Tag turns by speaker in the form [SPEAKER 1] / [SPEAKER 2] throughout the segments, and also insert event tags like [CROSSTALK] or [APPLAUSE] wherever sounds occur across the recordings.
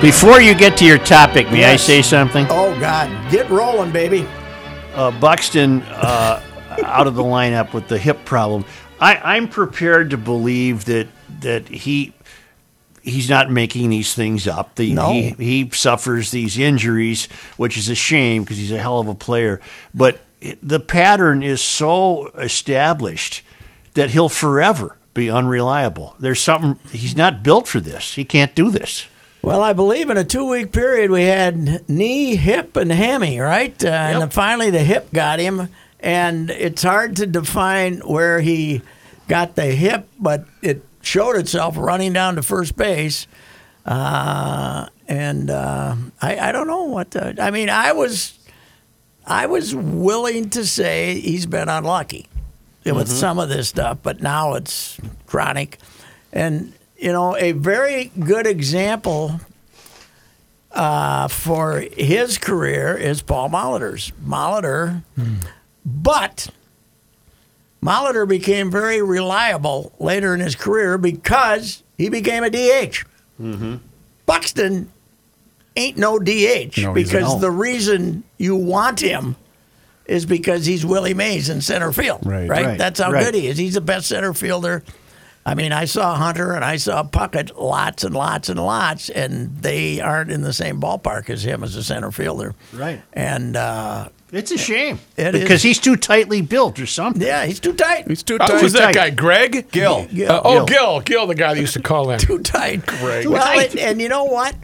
[SPEAKER 1] Before you get to your topic, may
[SPEAKER 2] Yes.
[SPEAKER 1] I say something?
[SPEAKER 2] Oh, God. Get rolling, baby.
[SPEAKER 1] Uh, Buxton uh, out of the lineup with the hip problem. I, I'm prepared to believe that that he he's not making these things up. The,
[SPEAKER 2] No.
[SPEAKER 1] he, he suffers these injuries, which is a shame because he's a hell of a player. But it- the pattern is so established that he'll forever be unreliable. There's something he's not built for this. He can't do this.
[SPEAKER 2] Well, I believe in a two week period we had knee, hip, and hammy, right? Uh, And then finally the hip got him. And it's hard to define where he got the hip, but it showed itself running down to first base. Uh, and uh, I, I don't know what to, I mean, I was. I was willing to say he's been unlucky with
[SPEAKER 3] Mm-hmm.
[SPEAKER 2] some of this stuff, but now it's chronic. And, you know, a very good example uh, for his career is Paul Molitor's. Molitor,
[SPEAKER 3] Hmm.
[SPEAKER 2] but Molitor became very reliable later in his career because he became a DH.
[SPEAKER 3] Mm-hmm.
[SPEAKER 2] Buxton ain't no DH
[SPEAKER 3] No, he's
[SPEAKER 2] because
[SPEAKER 3] not.
[SPEAKER 2] the reason you want him is because he's Willie Mays in center field.
[SPEAKER 3] Right,
[SPEAKER 1] right,
[SPEAKER 2] That's how
[SPEAKER 1] right.
[SPEAKER 2] good he is. He's the best center fielder. I mean, I saw Hunter and I saw Puckett lots and lots and lots, and they aren't in the same ballpark as him as a center fielder.
[SPEAKER 1] Right.
[SPEAKER 2] And uh,
[SPEAKER 1] It's a shame
[SPEAKER 2] It is.
[SPEAKER 1] because he's too tightly built or something.
[SPEAKER 2] yeah, he's too tight.
[SPEAKER 3] He's too
[SPEAKER 4] Oh,
[SPEAKER 3] tight.
[SPEAKER 4] who's that
[SPEAKER 1] tight.
[SPEAKER 4] guy? Greg? Gil.
[SPEAKER 2] Gil.
[SPEAKER 4] Uh, oh, Gil. Gil, the guy that used to
[SPEAKER 2] [LAUGHS]
[SPEAKER 4] call
[SPEAKER 2] [LAUGHS]
[SPEAKER 4] in.
[SPEAKER 2] too tight.
[SPEAKER 4] Great.
[SPEAKER 2] Well,
[SPEAKER 1] tight.
[SPEAKER 2] and, and you know what?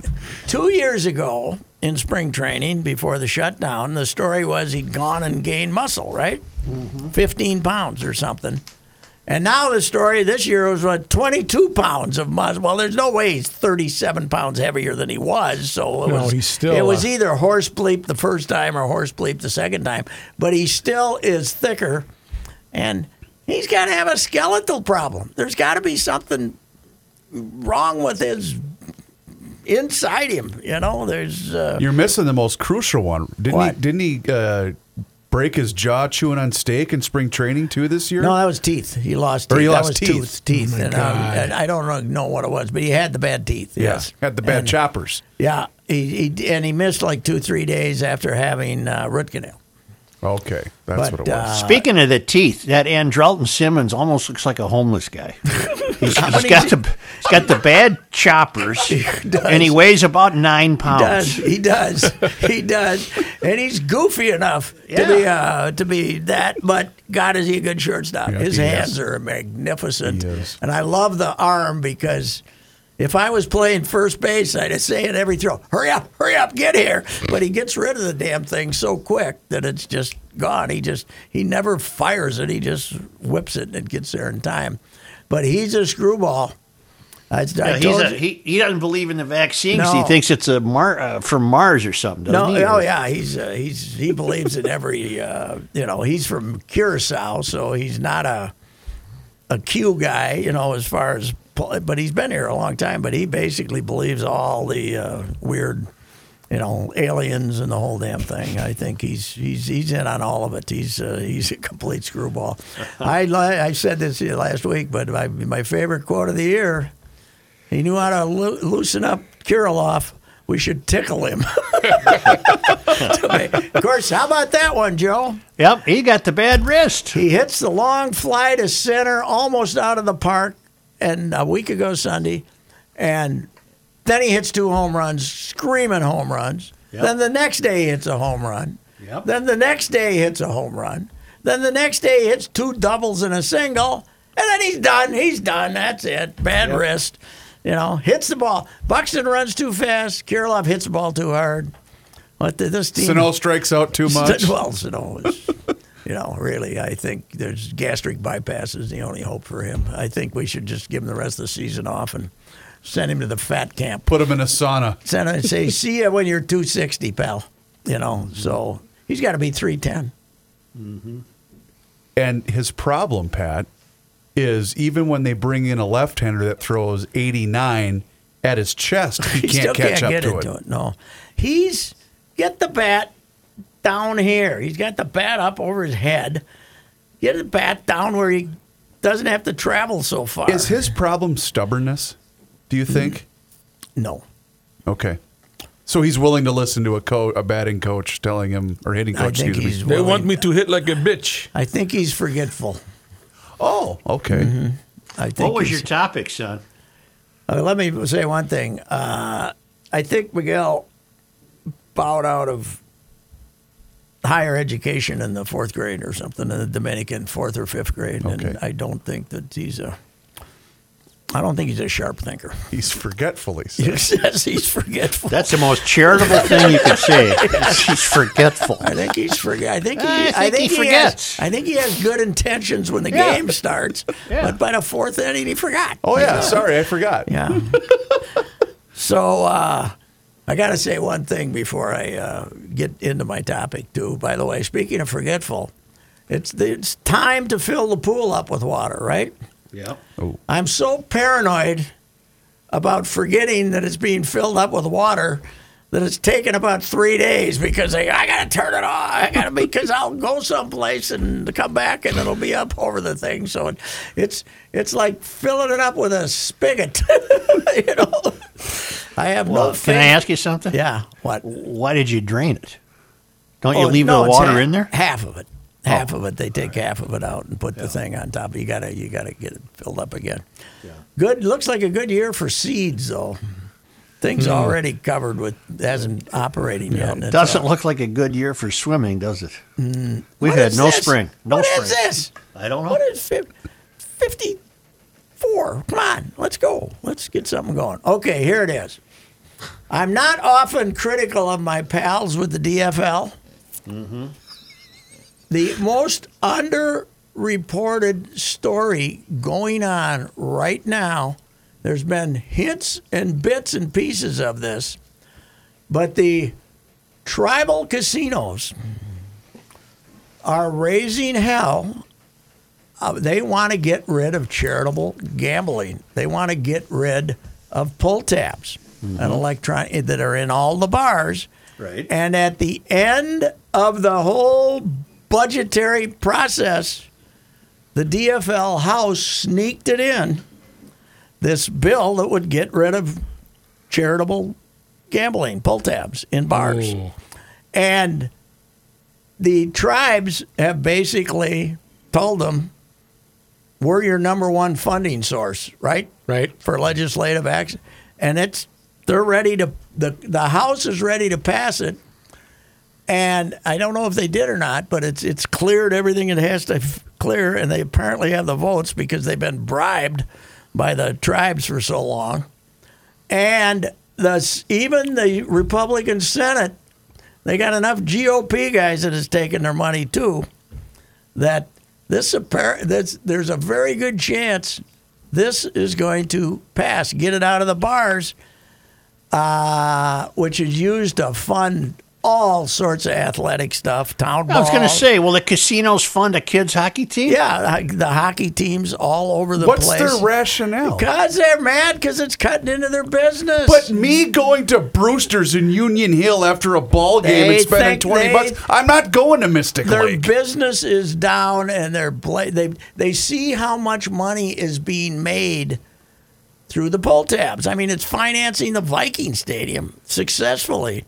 [SPEAKER 2] Two years ago in spring training, before the shutdown, the story was he'd gone and gained muscle, right?
[SPEAKER 1] Mm-hmm.
[SPEAKER 2] 15 pounds or something. And now the story this year was what 22 pounds of muscle. Well, there's no way he's 37 pounds heavier than he was. So it
[SPEAKER 4] No,
[SPEAKER 2] was
[SPEAKER 4] he's still,
[SPEAKER 2] it was
[SPEAKER 4] uh,
[SPEAKER 2] either horse bleep the first time or horse bleep the second time. But he still is thicker, and he's got to have a skeletal problem. There's got to be something wrong with his inside him. You know, there's uh,
[SPEAKER 3] You're missing the most crucial one. Didn't
[SPEAKER 2] What?
[SPEAKER 3] he? Didn't he uh, break his jaw chewing on steak in spring training too this year?
[SPEAKER 2] no, that was teeth. He lost. Teeth.
[SPEAKER 3] Or he
[SPEAKER 2] that
[SPEAKER 3] lost
[SPEAKER 2] was
[SPEAKER 3] teeth.
[SPEAKER 2] tooth- teeth.
[SPEAKER 4] Oh, my
[SPEAKER 2] and,
[SPEAKER 4] God.
[SPEAKER 2] um, and I don't know- know what it was, but he had the bad teeth.
[SPEAKER 3] Yeah.
[SPEAKER 2] Yes,
[SPEAKER 3] Had the bad
[SPEAKER 2] And-
[SPEAKER 3] choppers.
[SPEAKER 2] Yeah, he, he and he missed like two three days after having uh, root canal.
[SPEAKER 3] Okay, that's
[SPEAKER 2] But, uh,
[SPEAKER 3] what it was.
[SPEAKER 1] Speaking of the teeth, that Andrelton Simmons almost looks like a homeless
[SPEAKER 2] [LAUGHS]
[SPEAKER 1] guy. He's, he's
[SPEAKER 2] many
[SPEAKER 1] got
[SPEAKER 2] is
[SPEAKER 1] the he's got the bad
[SPEAKER 2] [LAUGHS]
[SPEAKER 1] choppers, and he weighs about nine pounds.
[SPEAKER 2] Does he does he does, and he's goofy enough to be uh, to be that. But God, is he a good shortstop?
[SPEAKER 3] Yeah,
[SPEAKER 2] His
[SPEAKER 3] he is.
[SPEAKER 2] hands are magnificent,
[SPEAKER 3] He is.
[SPEAKER 2] and I love the arm because. If I was playing first base, I'd say at every throw, "Hurry up, hurry up, get here!" But he gets rid of the damn thing so quick that it's just gone. He just he never fires it; he just whips it and it gets there in time. But he's a screwball. I, I
[SPEAKER 1] Yeah, Uh, he's
[SPEAKER 2] told
[SPEAKER 1] a,
[SPEAKER 2] you-
[SPEAKER 1] he, he doesn't believe in the vaccine 'cause
[SPEAKER 2] No.
[SPEAKER 1] he thinks it's a Mar, uh, from Mars or something. Doesn't
[SPEAKER 2] No,
[SPEAKER 1] he?
[SPEAKER 2] oh yeah, he's uh, he's he believes in every [LAUGHS] uh, you know he's from Curacao, so he's not a a Q guy, you know, as far as pol- but he's been here a long time, but he basically believes all the uh, weird you know aliens and the whole damn thing. I think he's he's he's in on all of it. He's uh, he's a
[SPEAKER 1] [LAUGHS]
[SPEAKER 2] complete screwball. I li- I said this to you last week, but my my favorite quote of the year. He knew how to loo- loosen up Kirilov. We should tickle him. [LAUGHS] of course, how about that one, Joe?
[SPEAKER 1] Yep, he got the bad wrist.
[SPEAKER 2] He hits the long fly to center, almost out of the park, and a week ago Sunday, and then he hits two home runs, screaming home runs. Then the next day he hits a home run.
[SPEAKER 1] Yep.
[SPEAKER 2] Then the next day he hits a home run. Then the next day he hits two doubles and a single, and then he's done. He's done. That's it. Bad wrist. You know, hits the ball. Buxton runs too fast. Kirilov hits the ball too hard. What did this team?
[SPEAKER 3] Sano strikes out too much.
[SPEAKER 2] Well, Sano is, you know, really, I think there's gastric bypass is the only hope for him. I think we should just give him the rest of the season off and send him to the fat camp.
[SPEAKER 3] Put him in a sauna.
[SPEAKER 2] Send him and say, see you when you're 260, pal. You know, so he's got to be 310.
[SPEAKER 3] And his problem, Pat, is even when they bring in a left-hander that throws 89 at his chest,
[SPEAKER 2] [LAUGHS]
[SPEAKER 3] he,
[SPEAKER 2] He still
[SPEAKER 3] can't catch
[SPEAKER 2] can't
[SPEAKER 3] up
[SPEAKER 2] get
[SPEAKER 3] to it.
[SPEAKER 2] into it. No, he's get the bat down here. He's got the bat up over his head. Get the bat down where he doesn't have to travel so far.
[SPEAKER 3] Is his problem stubbornness? Do you think?
[SPEAKER 2] no?
[SPEAKER 3] Okay. So he's willing to listen to a co- a batting coach telling him or hitting
[SPEAKER 2] I
[SPEAKER 3] coach.
[SPEAKER 2] think
[SPEAKER 3] Oh, excuse
[SPEAKER 2] he's.
[SPEAKER 3] me.
[SPEAKER 4] They
[SPEAKER 2] willing-
[SPEAKER 4] want me to hit like a bitch.
[SPEAKER 2] I think he's forgetful.
[SPEAKER 3] Oh, okay.
[SPEAKER 2] Mm-hmm. I think.
[SPEAKER 1] What was your
[SPEAKER 2] he's-
[SPEAKER 1] topic, son?
[SPEAKER 2] Uh, let me say one thing. Uh, I think Miguel bowed out of higher education in the fourth grade or something in the Dominican fourth or fifth grade, and
[SPEAKER 3] Okay.
[SPEAKER 2] I don't think that he's a. I don't think he's a
[SPEAKER 1] [LAUGHS]
[SPEAKER 2] sharp thinker.
[SPEAKER 3] He's
[SPEAKER 2] [LAUGHS]
[SPEAKER 3] forgetful. He said.
[SPEAKER 2] He says he's forgetful.
[SPEAKER 1] That's the most
[SPEAKER 2] [LAUGHS]
[SPEAKER 1] charitable thing you could say. He's forgetful.
[SPEAKER 2] I think he's forget. I think
[SPEAKER 1] [LAUGHS]
[SPEAKER 2] he.
[SPEAKER 1] I
[SPEAKER 2] I
[SPEAKER 1] think
[SPEAKER 2] think,
[SPEAKER 1] he
[SPEAKER 2] he
[SPEAKER 1] forgets.
[SPEAKER 2] Has, I think he has good intentions when the
[SPEAKER 1] Yeah.
[SPEAKER 2] game starts,
[SPEAKER 1] [LAUGHS] Yeah.
[SPEAKER 2] but by the fourth inning he forgot.
[SPEAKER 3] Oh yeah, sorry, I forgot.
[SPEAKER 2] Yeah. [LAUGHS] so uh, I got to say one thing before I uh, get into my topic, too. By the way, speaking of forgetful, it's it's time to fill the pool up with water, right?
[SPEAKER 1] Yep.
[SPEAKER 2] I'm so paranoid about forgetting that it's being filled up with water that it's taken about three days because I, I gotta turn it off. I gotta because I'll go someplace and come back and it'll be up over the thing. So it, it's it's like filling it up with a spigot. [LAUGHS] you know, I have no.
[SPEAKER 1] Well,
[SPEAKER 2] faith.
[SPEAKER 1] can I ask you something?
[SPEAKER 2] Yeah. What?
[SPEAKER 1] Why did you drain it? Don't you
[SPEAKER 2] Oh,
[SPEAKER 1] leave
[SPEAKER 2] no,
[SPEAKER 1] the
[SPEAKER 2] it's
[SPEAKER 1] water
[SPEAKER 2] ha-
[SPEAKER 1] in there? Oh.
[SPEAKER 2] Half of it. Half of it. They take half of it out and put the thing on top. You gotta you gotta get it filled up again. Good. Looks like a good year for seeds though. Things
[SPEAKER 1] Hmm.
[SPEAKER 2] already covered with hasn't operating yet. and it's
[SPEAKER 1] Doesn't
[SPEAKER 2] all- Mm.
[SPEAKER 1] look like a good year for swimming, does it? We've
[SPEAKER 2] What
[SPEAKER 1] had
[SPEAKER 2] is
[SPEAKER 1] no
[SPEAKER 2] this?
[SPEAKER 1] spring. No
[SPEAKER 2] What
[SPEAKER 1] spring.
[SPEAKER 2] is this?
[SPEAKER 1] I don't know.
[SPEAKER 2] What is fifty four? Come on, let's go. Let's get something going. Okay, here it is. I'm not often critical of my pals with the DFL.
[SPEAKER 1] Mm-hmm.
[SPEAKER 2] The most underreported story going on right now. There's been hints and bits and pieces of this, but the tribal casinos are raising hell. Uh, they want to get rid of charitable gambling. They want to get rid of pull tabs and electronic that are in all the bars.
[SPEAKER 1] Right.
[SPEAKER 2] And at the end of the whole budgetary process, the DFL House sneaked it in this bill that would get rid of charitable gambling pull tabs in bars. And the tribes have basically told them we're your number one funding source, right?
[SPEAKER 4] Right.
[SPEAKER 2] For legislative action. And it's they're ready to the the House is ready to pass it. And I don't know if they did or not, but it's it's cleared everything it has to f- clear, and they apparently have the votes because they've been bribed by the tribes for so long. And thus, even the Republican Senate, they got enough GOP guys that has taken their money too. That this appar- that's, there's a very good chance this is going to pass. Get it out of the bars, uh, which is used to fund all sorts of athletic stuff. Town
[SPEAKER 1] I was going to
[SPEAKER 2] ball.
[SPEAKER 1] say, will the casinos fund a kids' hockey team?
[SPEAKER 2] yeah, the- the hockey teams all over the
[SPEAKER 3] What's
[SPEAKER 2] place.
[SPEAKER 3] their rationale?
[SPEAKER 2] Cause they're mad because it's cutting into their business.
[SPEAKER 3] But me going to Brewster's in Union Hill after a ball game
[SPEAKER 2] They
[SPEAKER 3] and spending
[SPEAKER 2] think
[SPEAKER 3] twenty
[SPEAKER 2] they-
[SPEAKER 3] bucks, I'm not going to Mystic
[SPEAKER 2] their
[SPEAKER 3] Lake.
[SPEAKER 2] business is down and they're bla- they they see how much money is being made through the poll tabs. I mean, it's financing the Viking Stadium successfully.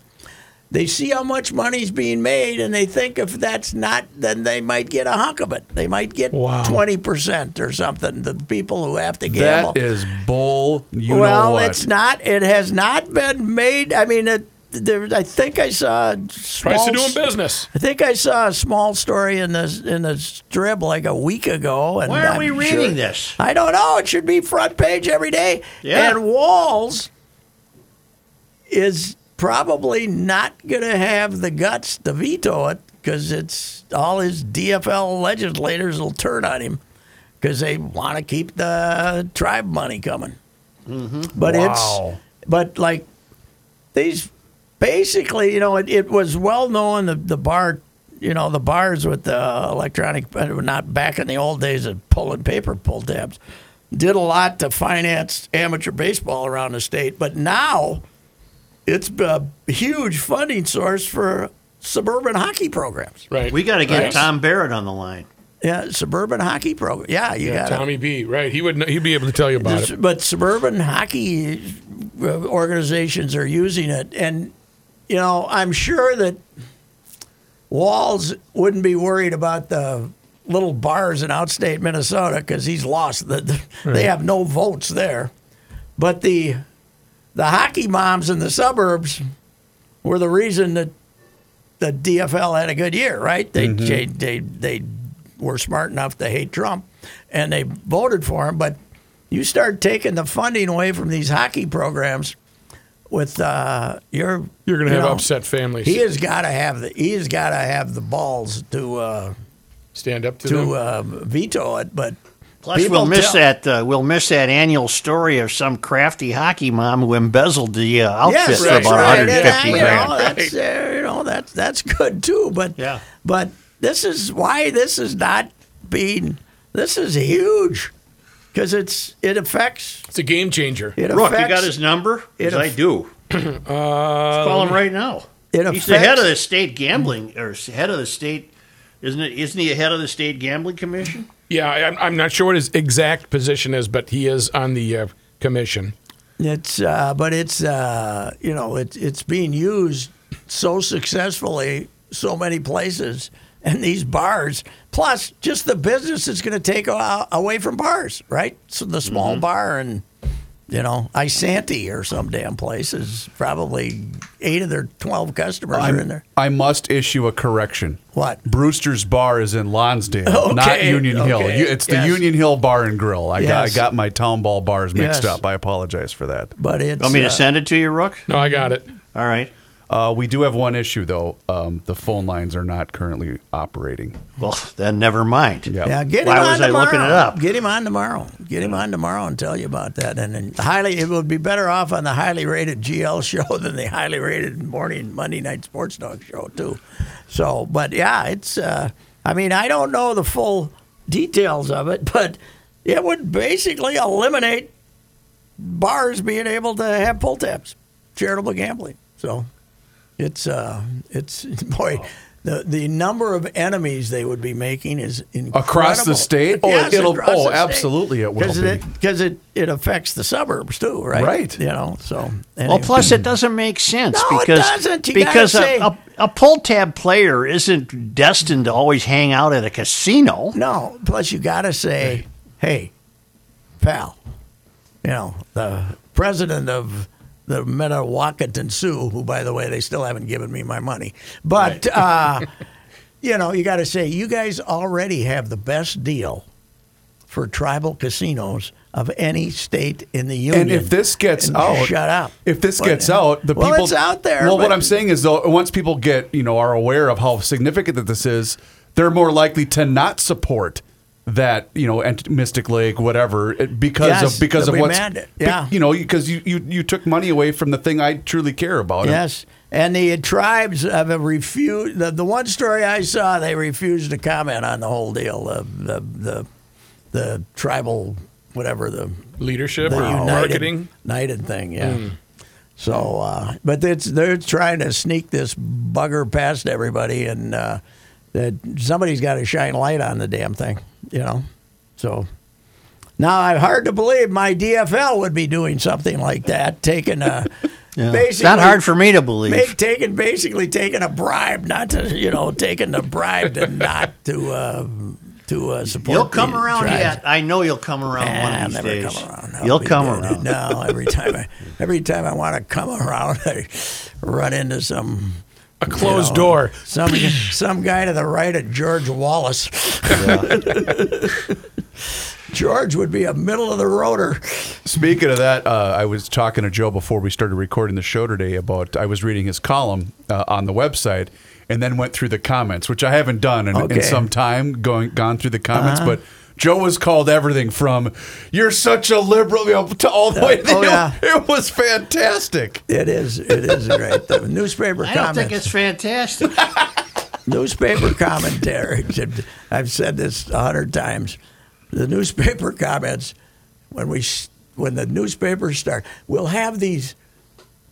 [SPEAKER 2] They see how much money's being made, and they think if that's not, then they might get a hunk of it. They might get
[SPEAKER 4] Wow.
[SPEAKER 2] twenty percent or something. The people who have to gamble
[SPEAKER 3] that is bull. You
[SPEAKER 2] well,
[SPEAKER 3] know what?
[SPEAKER 2] it's not. It has not been made. I mean, it, there, I think I saw small,
[SPEAKER 4] Price of doing business.
[SPEAKER 2] I think I saw a small story in the in the strip like a week ago. And
[SPEAKER 1] Why are
[SPEAKER 2] I'm
[SPEAKER 1] we reading
[SPEAKER 2] sure-
[SPEAKER 1] this?
[SPEAKER 2] I don't know. It should be front page every day.
[SPEAKER 1] Yeah.
[SPEAKER 2] And Walls is probably not going to have the guts to veto it because it's all his DFL legislators will turn on him because they want to keep the tribe money coming.
[SPEAKER 1] Mm-hmm.
[SPEAKER 2] But
[SPEAKER 3] Wow.
[SPEAKER 2] it's but like these basically, you know, it, it was well known the the bar, you know, the bars with the electronic, uh, not back in the old days of pulling paper pull tabs, did a lot to finance amateur baseball around the state. But now, it's a huge funding source for suburban hockey programs.
[SPEAKER 4] Right.
[SPEAKER 1] We got to get
[SPEAKER 4] Right.
[SPEAKER 1] Tom Barrett on the line.
[SPEAKER 2] Yeah, suburban hockey program. Yeah, you
[SPEAKER 4] Yeah,
[SPEAKER 2] got it.
[SPEAKER 4] Tommy B. Right. He would. kn- He'd be able to tell you about
[SPEAKER 2] This-
[SPEAKER 4] it.
[SPEAKER 2] But suburban hockey uh, organizations are using it, and you know, I'm sure that Walls wouldn't be worried about the little bars in outstate Minnesota because he's lost. The, the- They have no votes there, but the the hockey moms in the suburbs were the reason that the DFL had a good year, right? They
[SPEAKER 4] Mm-hmm.
[SPEAKER 2] they, they they were smart enough to hate Trump, and they voted for him. But you start taking the funding away from these hockey programs, with uh, your
[SPEAKER 4] You're going to
[SPEAKER 2] you
[SPEAKER 4] have
[SPEAKER 2] know,
[SPEAKER 4] upset families
[SPEAKER 2] He has got to have the he has got to have the balls to uh,
[SPEAKER 4] stand up to, them.
[SPEAKER 2] to uh, veto it. But
[SPEAKER 1] Plus,
[SPEAKER 2] people
[SPEAKER 1] we'll miss
[SPEAKER 2] tell-
[SPEAKER 1] that. Uh, we'll miss that annual story of some crafty hockey mom who embezzled the uh, outfit
[SPEAKER 2] Yes,
[SPEAKER 1] for
[SPEAKER 4] right,
[SPEAKER 1] about
[SPEAKER 2] that's
[SPEAKER 4] about
[SPEAKER 2] right.
[SPEAKER 1] 150
[SPEAKER 2] And,
[SPEAKER 1] grand.
[SPEAKER 2] uh, You know, that's uh, you know that's that's good too. But
[SPEAKER 1] Yeah.
[SPEAKER 2] but this is why this is not being this is huge because it's it affects
[SPEAKER 4] It's a game changer.
[SPEAKER 2] it
[SPEAKER 1] Rook, you
[SPEAKER 2] affects
[SPEAKER 1] got his number? 'Cause
[SPEAKER 2] it
[SPEAKER 1] I
[SPEAKER 2] aff-
[SPEAKER 1] do. Let's call him right now.
[SPEAKER 2] it
[SPEAKER 1] He's the head of
[SPEAKER 2] affects-
[SPEAKER 1] the state gambling, or s- head of the state, isn't it? Isn't he a head of the state gambling commission?
[SPEAKER 4] Yeah, I- I'm, I'm not sure what his exact position is, but he is on the uh, commission.
[SPEAKER 2] It's uh, but it's uh, you know it's it's being used so successfully so many places and these bars plus just the business it's going to take a- away from bars right so the small bar and you know Isanti or some damn place is probably eight of their twelve customers are in there
[SPEAKER 3] I must issue a correction.
[SPEAKER 2] what
[SPEAKER 3] Brewster's Bar is in Lonsdale,
[SPEAKER 2] [LAUGHS] Okay,
[SPEAKER 3] not Union Hill.
[SPEAKER 2] okay,
[SPEAKER 3] You- It's the
[SPEAKER 2] yes.
[SPEAKER 3] Union Hill Bar and Grill. I got I
[SPEAKER 2] Yes.
[SPEAKER 3] got my town ball bars mixed
[SPEAKER 2] Yes.
[SPEAKER 3] up. I apologize for that.
[SPEAKER 2] but it's
[SPEAKER 1] Want me
[SPEAKER 2] uh,
[SPEAKER 1] to send it to you, Rook?
[SPEAKER 4] No, I got it.
[SPEAKER 1] All right.
[SPEAKER 3] Uh, we do have one issue though. Um, the phone lines are not currently operating.
[SPEAKER 1] Well, then never mind.
[SPEAKER 3] Yeah.
[SPEAKER 2] Yeah, get
[SPEAKER 1] Why
[SPEAKER 2] him
[SPEAKER 1] was
[SPEAKER 2] on
[SPEAKER 1] I
[SPEAKER 2] tomorrow.
[SPEAKER 1] looking it up? Mm-hmm.
[SPEAKER 2] Get him on tomorrow. Get him on tomorrow and tell you about that. And then highly, it would be better off on the highly rated GL [LAUGHS] show than the highly rated morning Monday night sports dog show too. So, but yeah, it's. Uh, I mean, I don't know the full details of it, [LAUGHS] but it would basically eliminate bars being able to have pull tabs, charitable gambling. So, it's uh, it's [LAUGHS] boy. The, the number of enemies they would be making is incredible
[SPEAKER 3] Across the state? Oh,
[SPEAKER 2] yes,
[SPEAKER 3] it'll-
[SPEAKER 2] across
[SPEAKER 3] oh,
[SPEAKER 2] the state.
[SPEAKER 3] absolutely it will
[SPEAKER 2] Because
[SPEAKER 3] be.
[SPEAKER 2] it, 'cause it, it affects the suburbs too, right?
[SPEAKER 3] Right.
[SPEAKER 2] You know, so.
[SPEAKER 1] Well,
[SPEAKER 2] anyway.
[SPEAKER 1] plus it doesn't make sense
[SPEAKER 2] No, it
[SPEAKER 1] because
[SPEAKER 2] doesn't. You gotta
[SPEAKER 1] because
[SPEAKER 2] say-
[SPEAKER 1] a, a, a pull tab player isn't destined to always hang out at a casino.
[SPEAKER 2] No, plus you got to say, hey, pal, you know, the president of the Minnewakanton Sioux, who, by the way, they still haven't given me my money, but,
[SPEAKER 3] [LAUGHS]
[SPEAKER 2] uh, you know, you got to say, you guys already have the best deal for tribal casinos of any state in the union.
[SPEAKER 3] And if this gets
[SPEAKER 2] And
[SPEAKER 3] out,
[SPEAKER 2] shut up.
[SPEAKER 3] If this
[SPEAKER 2] What-
[SPEAKER 3] gets out, the
[SPEAKER 2] well,
[SPEAKER 3] people
[SPEAKER 2] it's out there.
[SPEAKER 3] Well, what
[SPEAKER 2] but-
[SPEAKER 3] I'm saying is though, once people get you know are aware of how significant that this is, they're more likely to not support that you know and Mystic Lake whatever it- because
[SPEAKER 2] Yes,
[SPEAKER 3] of because
[SPEAKER 2] they'll
[SPEAKER 3] of
[SPEAKER 2] be
[SPEAKER 3] what's
[SPEAKER 2] mad.
[SPEAKER 3] be-
[SPEAKER 2] Yeah.
[SPEAKER 3] you know because you, you you took money away from the thing I truly care about.
[SPEAKER 2] Yes, and the tribes have a refused. The, the one story I saw, they refused to comment on the whole deal. The the the, the tribal whatever the,
[SPEAKER 4] Leadership
[SPEAKER 2] the
[SPEAKER 4] or
[SPEAKER 2] united,
[SPEAKER 4] marketing.
[SPEAKER 2] united thing. Yeah.
[SPEAKER 1] Hmm.
[SPEAKER 2] So, uh, but it's they're trying to sneak this bugger past everybody, and uh, that somebody's got to shine light on the damn thing, you know. So. Now, I'm hard to believe my DFL would be doing something like that,
[SPEAKER 1] [LAUGHS]
[SPEAKER 2] taking a
[SPEAKER 1] It's not hard for me to believe. [LAUGHS]
[SPEAKER 2] Make, taking basically taking a bribe, not to you know taking the bribe to not to uh, to uh, support.
[SPEAKER 1] You'll come
[SPEAKER 2] the
[SPEAKER 1] around
[SPEAKER 2] tribes.
[SPEAKER 1] yet. I know you'll come around one of
[SPEAKER 2] Nah, I'll
[SPEAKER 1] these
[SPEAKER 2] never
[SPEAKER 1] days.
[SPEAKER 2] come around. I'll
[SPEAKER 1] you'll
[SPEAKER 2] be
[SPEAKER 1] come
[SPEAKER 2] dead.
[SPEAKER 1] around.
[SPEAKER 2] No,
[SPEAKER 1] [LAUGHS]
[SPEAKER 2] every time I, every time I want to come around, [LAUGHS] I run into some
[SPEAKER 4] A closed
[SPEAKER 2] know,
[SPEAKER 4] door.
[SPEAKER 2] some
[SPEAKER 4] [LAUGHS]
[SPEAKER 2] some guy to the right of George Wallace. [LAUGHS] George would be a middle of the roader.
[SPEAKER 3] Speaking of that, uh, I was talking to Joe before we started recording the show today about I was reading his column uh, on the website and then went through the comments, which I haven't done in,
[SPEAKER 2] Okay. Uh-huh.
[SPEAKER 3] in some time, going gone through the comments, but. Joe was called everything from "You're such a liberal" you know, to all the way.
[SPEAKER 2] oh,
[SPEAKER 3] down.
[SPEAKER 2] yeah.
[SPEAKER 3] [LAUGHS] It was fantastic.
[SPEAKER 2] It is. It is right.
[SPEAKER 1] [LAUGHS]
[SPEAKER 2] The newspaper
[SPEAKER 1] I don't
[SPEAKER 2] comments.
[SPEAKER 1] think it's fantastic.
[SPEAKER 2] [LAUGHS] newspaper [LAUGHS] commentary. I've said this a hundred times. The newspaper comments when we s- when the newspapers start, we'll have these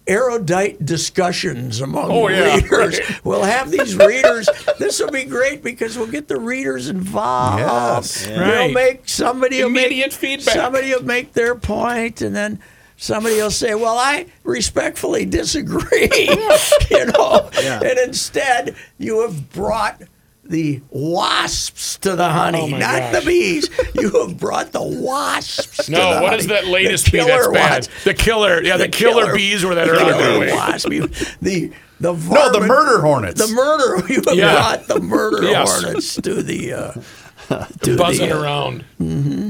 [SPEAKER 2] erudite discussions among
[SPEAKER 4] Oh, yeah,
[SPEAKER 2] readers. [LAUGHS] We'll have these readers. This will be great because we'll get the readers involved.
[SPEAKER 3] Yes.
[SPEAKER 4] Right.
[SPEAKER 2] We'll make somebody will make-
[SPEAKER 4] Immediate feedback.
[SPEAKER 2] Somebody will make their point, and then somebody will say, "Well, I respectfully disagree," [LAUGHS]
[SPEAKER 4] [LAUGHS]
[SPEAKER 2] you know. And instead, you have brought the wasps to the
[SPEAKER 3] Oh
[SPEAKER 2] honey,
[SPEAKER 4] my
[SPEAKER 2] not
[SPEAKER 4] gosh.
[SPEAKER 2] the bees. You have brought the wasps. to
[SPEAKER 4] No,
[SPEAKER 2] the
[SPEAKER 4] what
[SPEAKER 2] honey.
[SPEAKER 4] is that latest
[SPEAKER 2] the
[SPEAKER 4] bee that's
[SPEAKER 2] killer
[SPEAKER 4] bad?
[SPEAKER 2] wasp-
[SPEAKER 4] The killer, yeah, the, killer, bees were that
[SPEAKER 2] the
[SPEAKER 4] are on
[SPEAKER 2] killer
[SPEAKER 4] their way.
[SPEAKER 2] wasp. You- The the
[SPEAKER 3] No, the
[SPEAKER 2] varmint-
[SPEAKER 3] murder hornets.
[SPEAKER 2] The murder. [LAUGHS] You have
[SPEAKER 4] Yeah.
[SPEAKER 2] brought the murder
[SPEAKER 4] Yes.
[SPEAKER 2] hornets to the
[SPEAKER 3] [LAUGHS]
[SPEAKER 2] uh, to
[SPEAKER 4] Buzzing
[SPEAKER 2] the, uh,
[SPEAKER 4] around.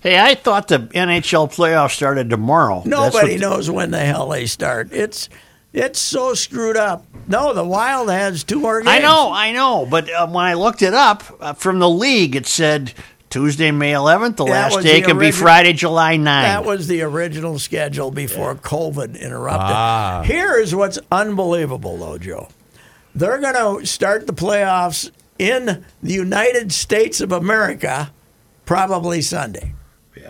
[SPEAKER 1] hey, I thought the NHL playoffs started tomorrow. That's what-
[SPEAKER 2] Nobody knows when the hell they start. It's it's so screwed up. No, the Wild has two more games.
[SPEAKER 1] I know, I know. But uh, when I looked it up uh, from the league, it said Tuesday, May 11th. The last
[SPEAKER 2] was
[SPEAKER 1] day
[SPEAKER 2] the
[SPEAKER 1] can be
[SPEAKER 2] origi-
[SPEAKER 1] Friday, July 9th.
[SPEAKER 2] That was the original schedule before COVID interrupted.
[SPEAKER 1] Ah.
[SPEAKER 2] Here is what's unbelievable, though, Joe. They're going to start the playoffs in the United States of America probably Sunday,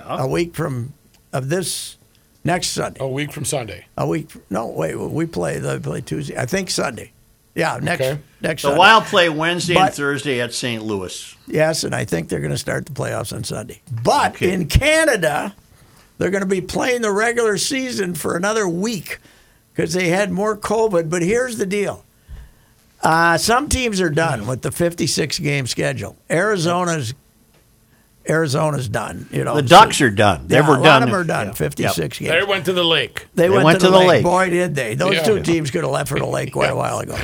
[SPEAKER 2] a week from of this next Sunday.
[SPEAKER 4] A week from Sunday.
[SPEAKER 2] A week? No, wait. We play. They play Tuesday. I think Sunday. Yeah, next
[SPEAKER 4] Okay.
[SPEAKER 2] next.
[SPEAKER 1] the
[SPEAKER 2] Sunday.
[SPEAKER 1] Wild play Wednesday and
[SPEAKER 2] But-
[SPEAKER 1] Thursday at St. Louis.
[SPEAKER 2] Yes, and I think they're going to start the playoffs on Sunday. But
[SPEAKER 1] Okay.
[SPEAKER 2] in Canada, they're going to be playing the regular season for another week because they had more COVID. But here's the deal uh, some teams are done with the 56 game schedule. Arizona's. Arizona's done. You know
[SPEAKER 1] The Ducks are done. They
[SPEAKER 2] yeah,
[SPEAKER 1] were
[SPEAKER 2] a lot
[SPEAKER 1] done.
[SPEAKER 2] of them are done.
[SPEAKER 1] Yeah.
[SPEAKER 2] Fifty-six games.
[SPEAKER 4] They went to the lake.
[SPEAKER 2] They, went, to, the, lake. Boy, did they. Those
[SPEAKER 4] Yeah.
[SPEAKER 2] two teams could have left for the lake quite a while ago.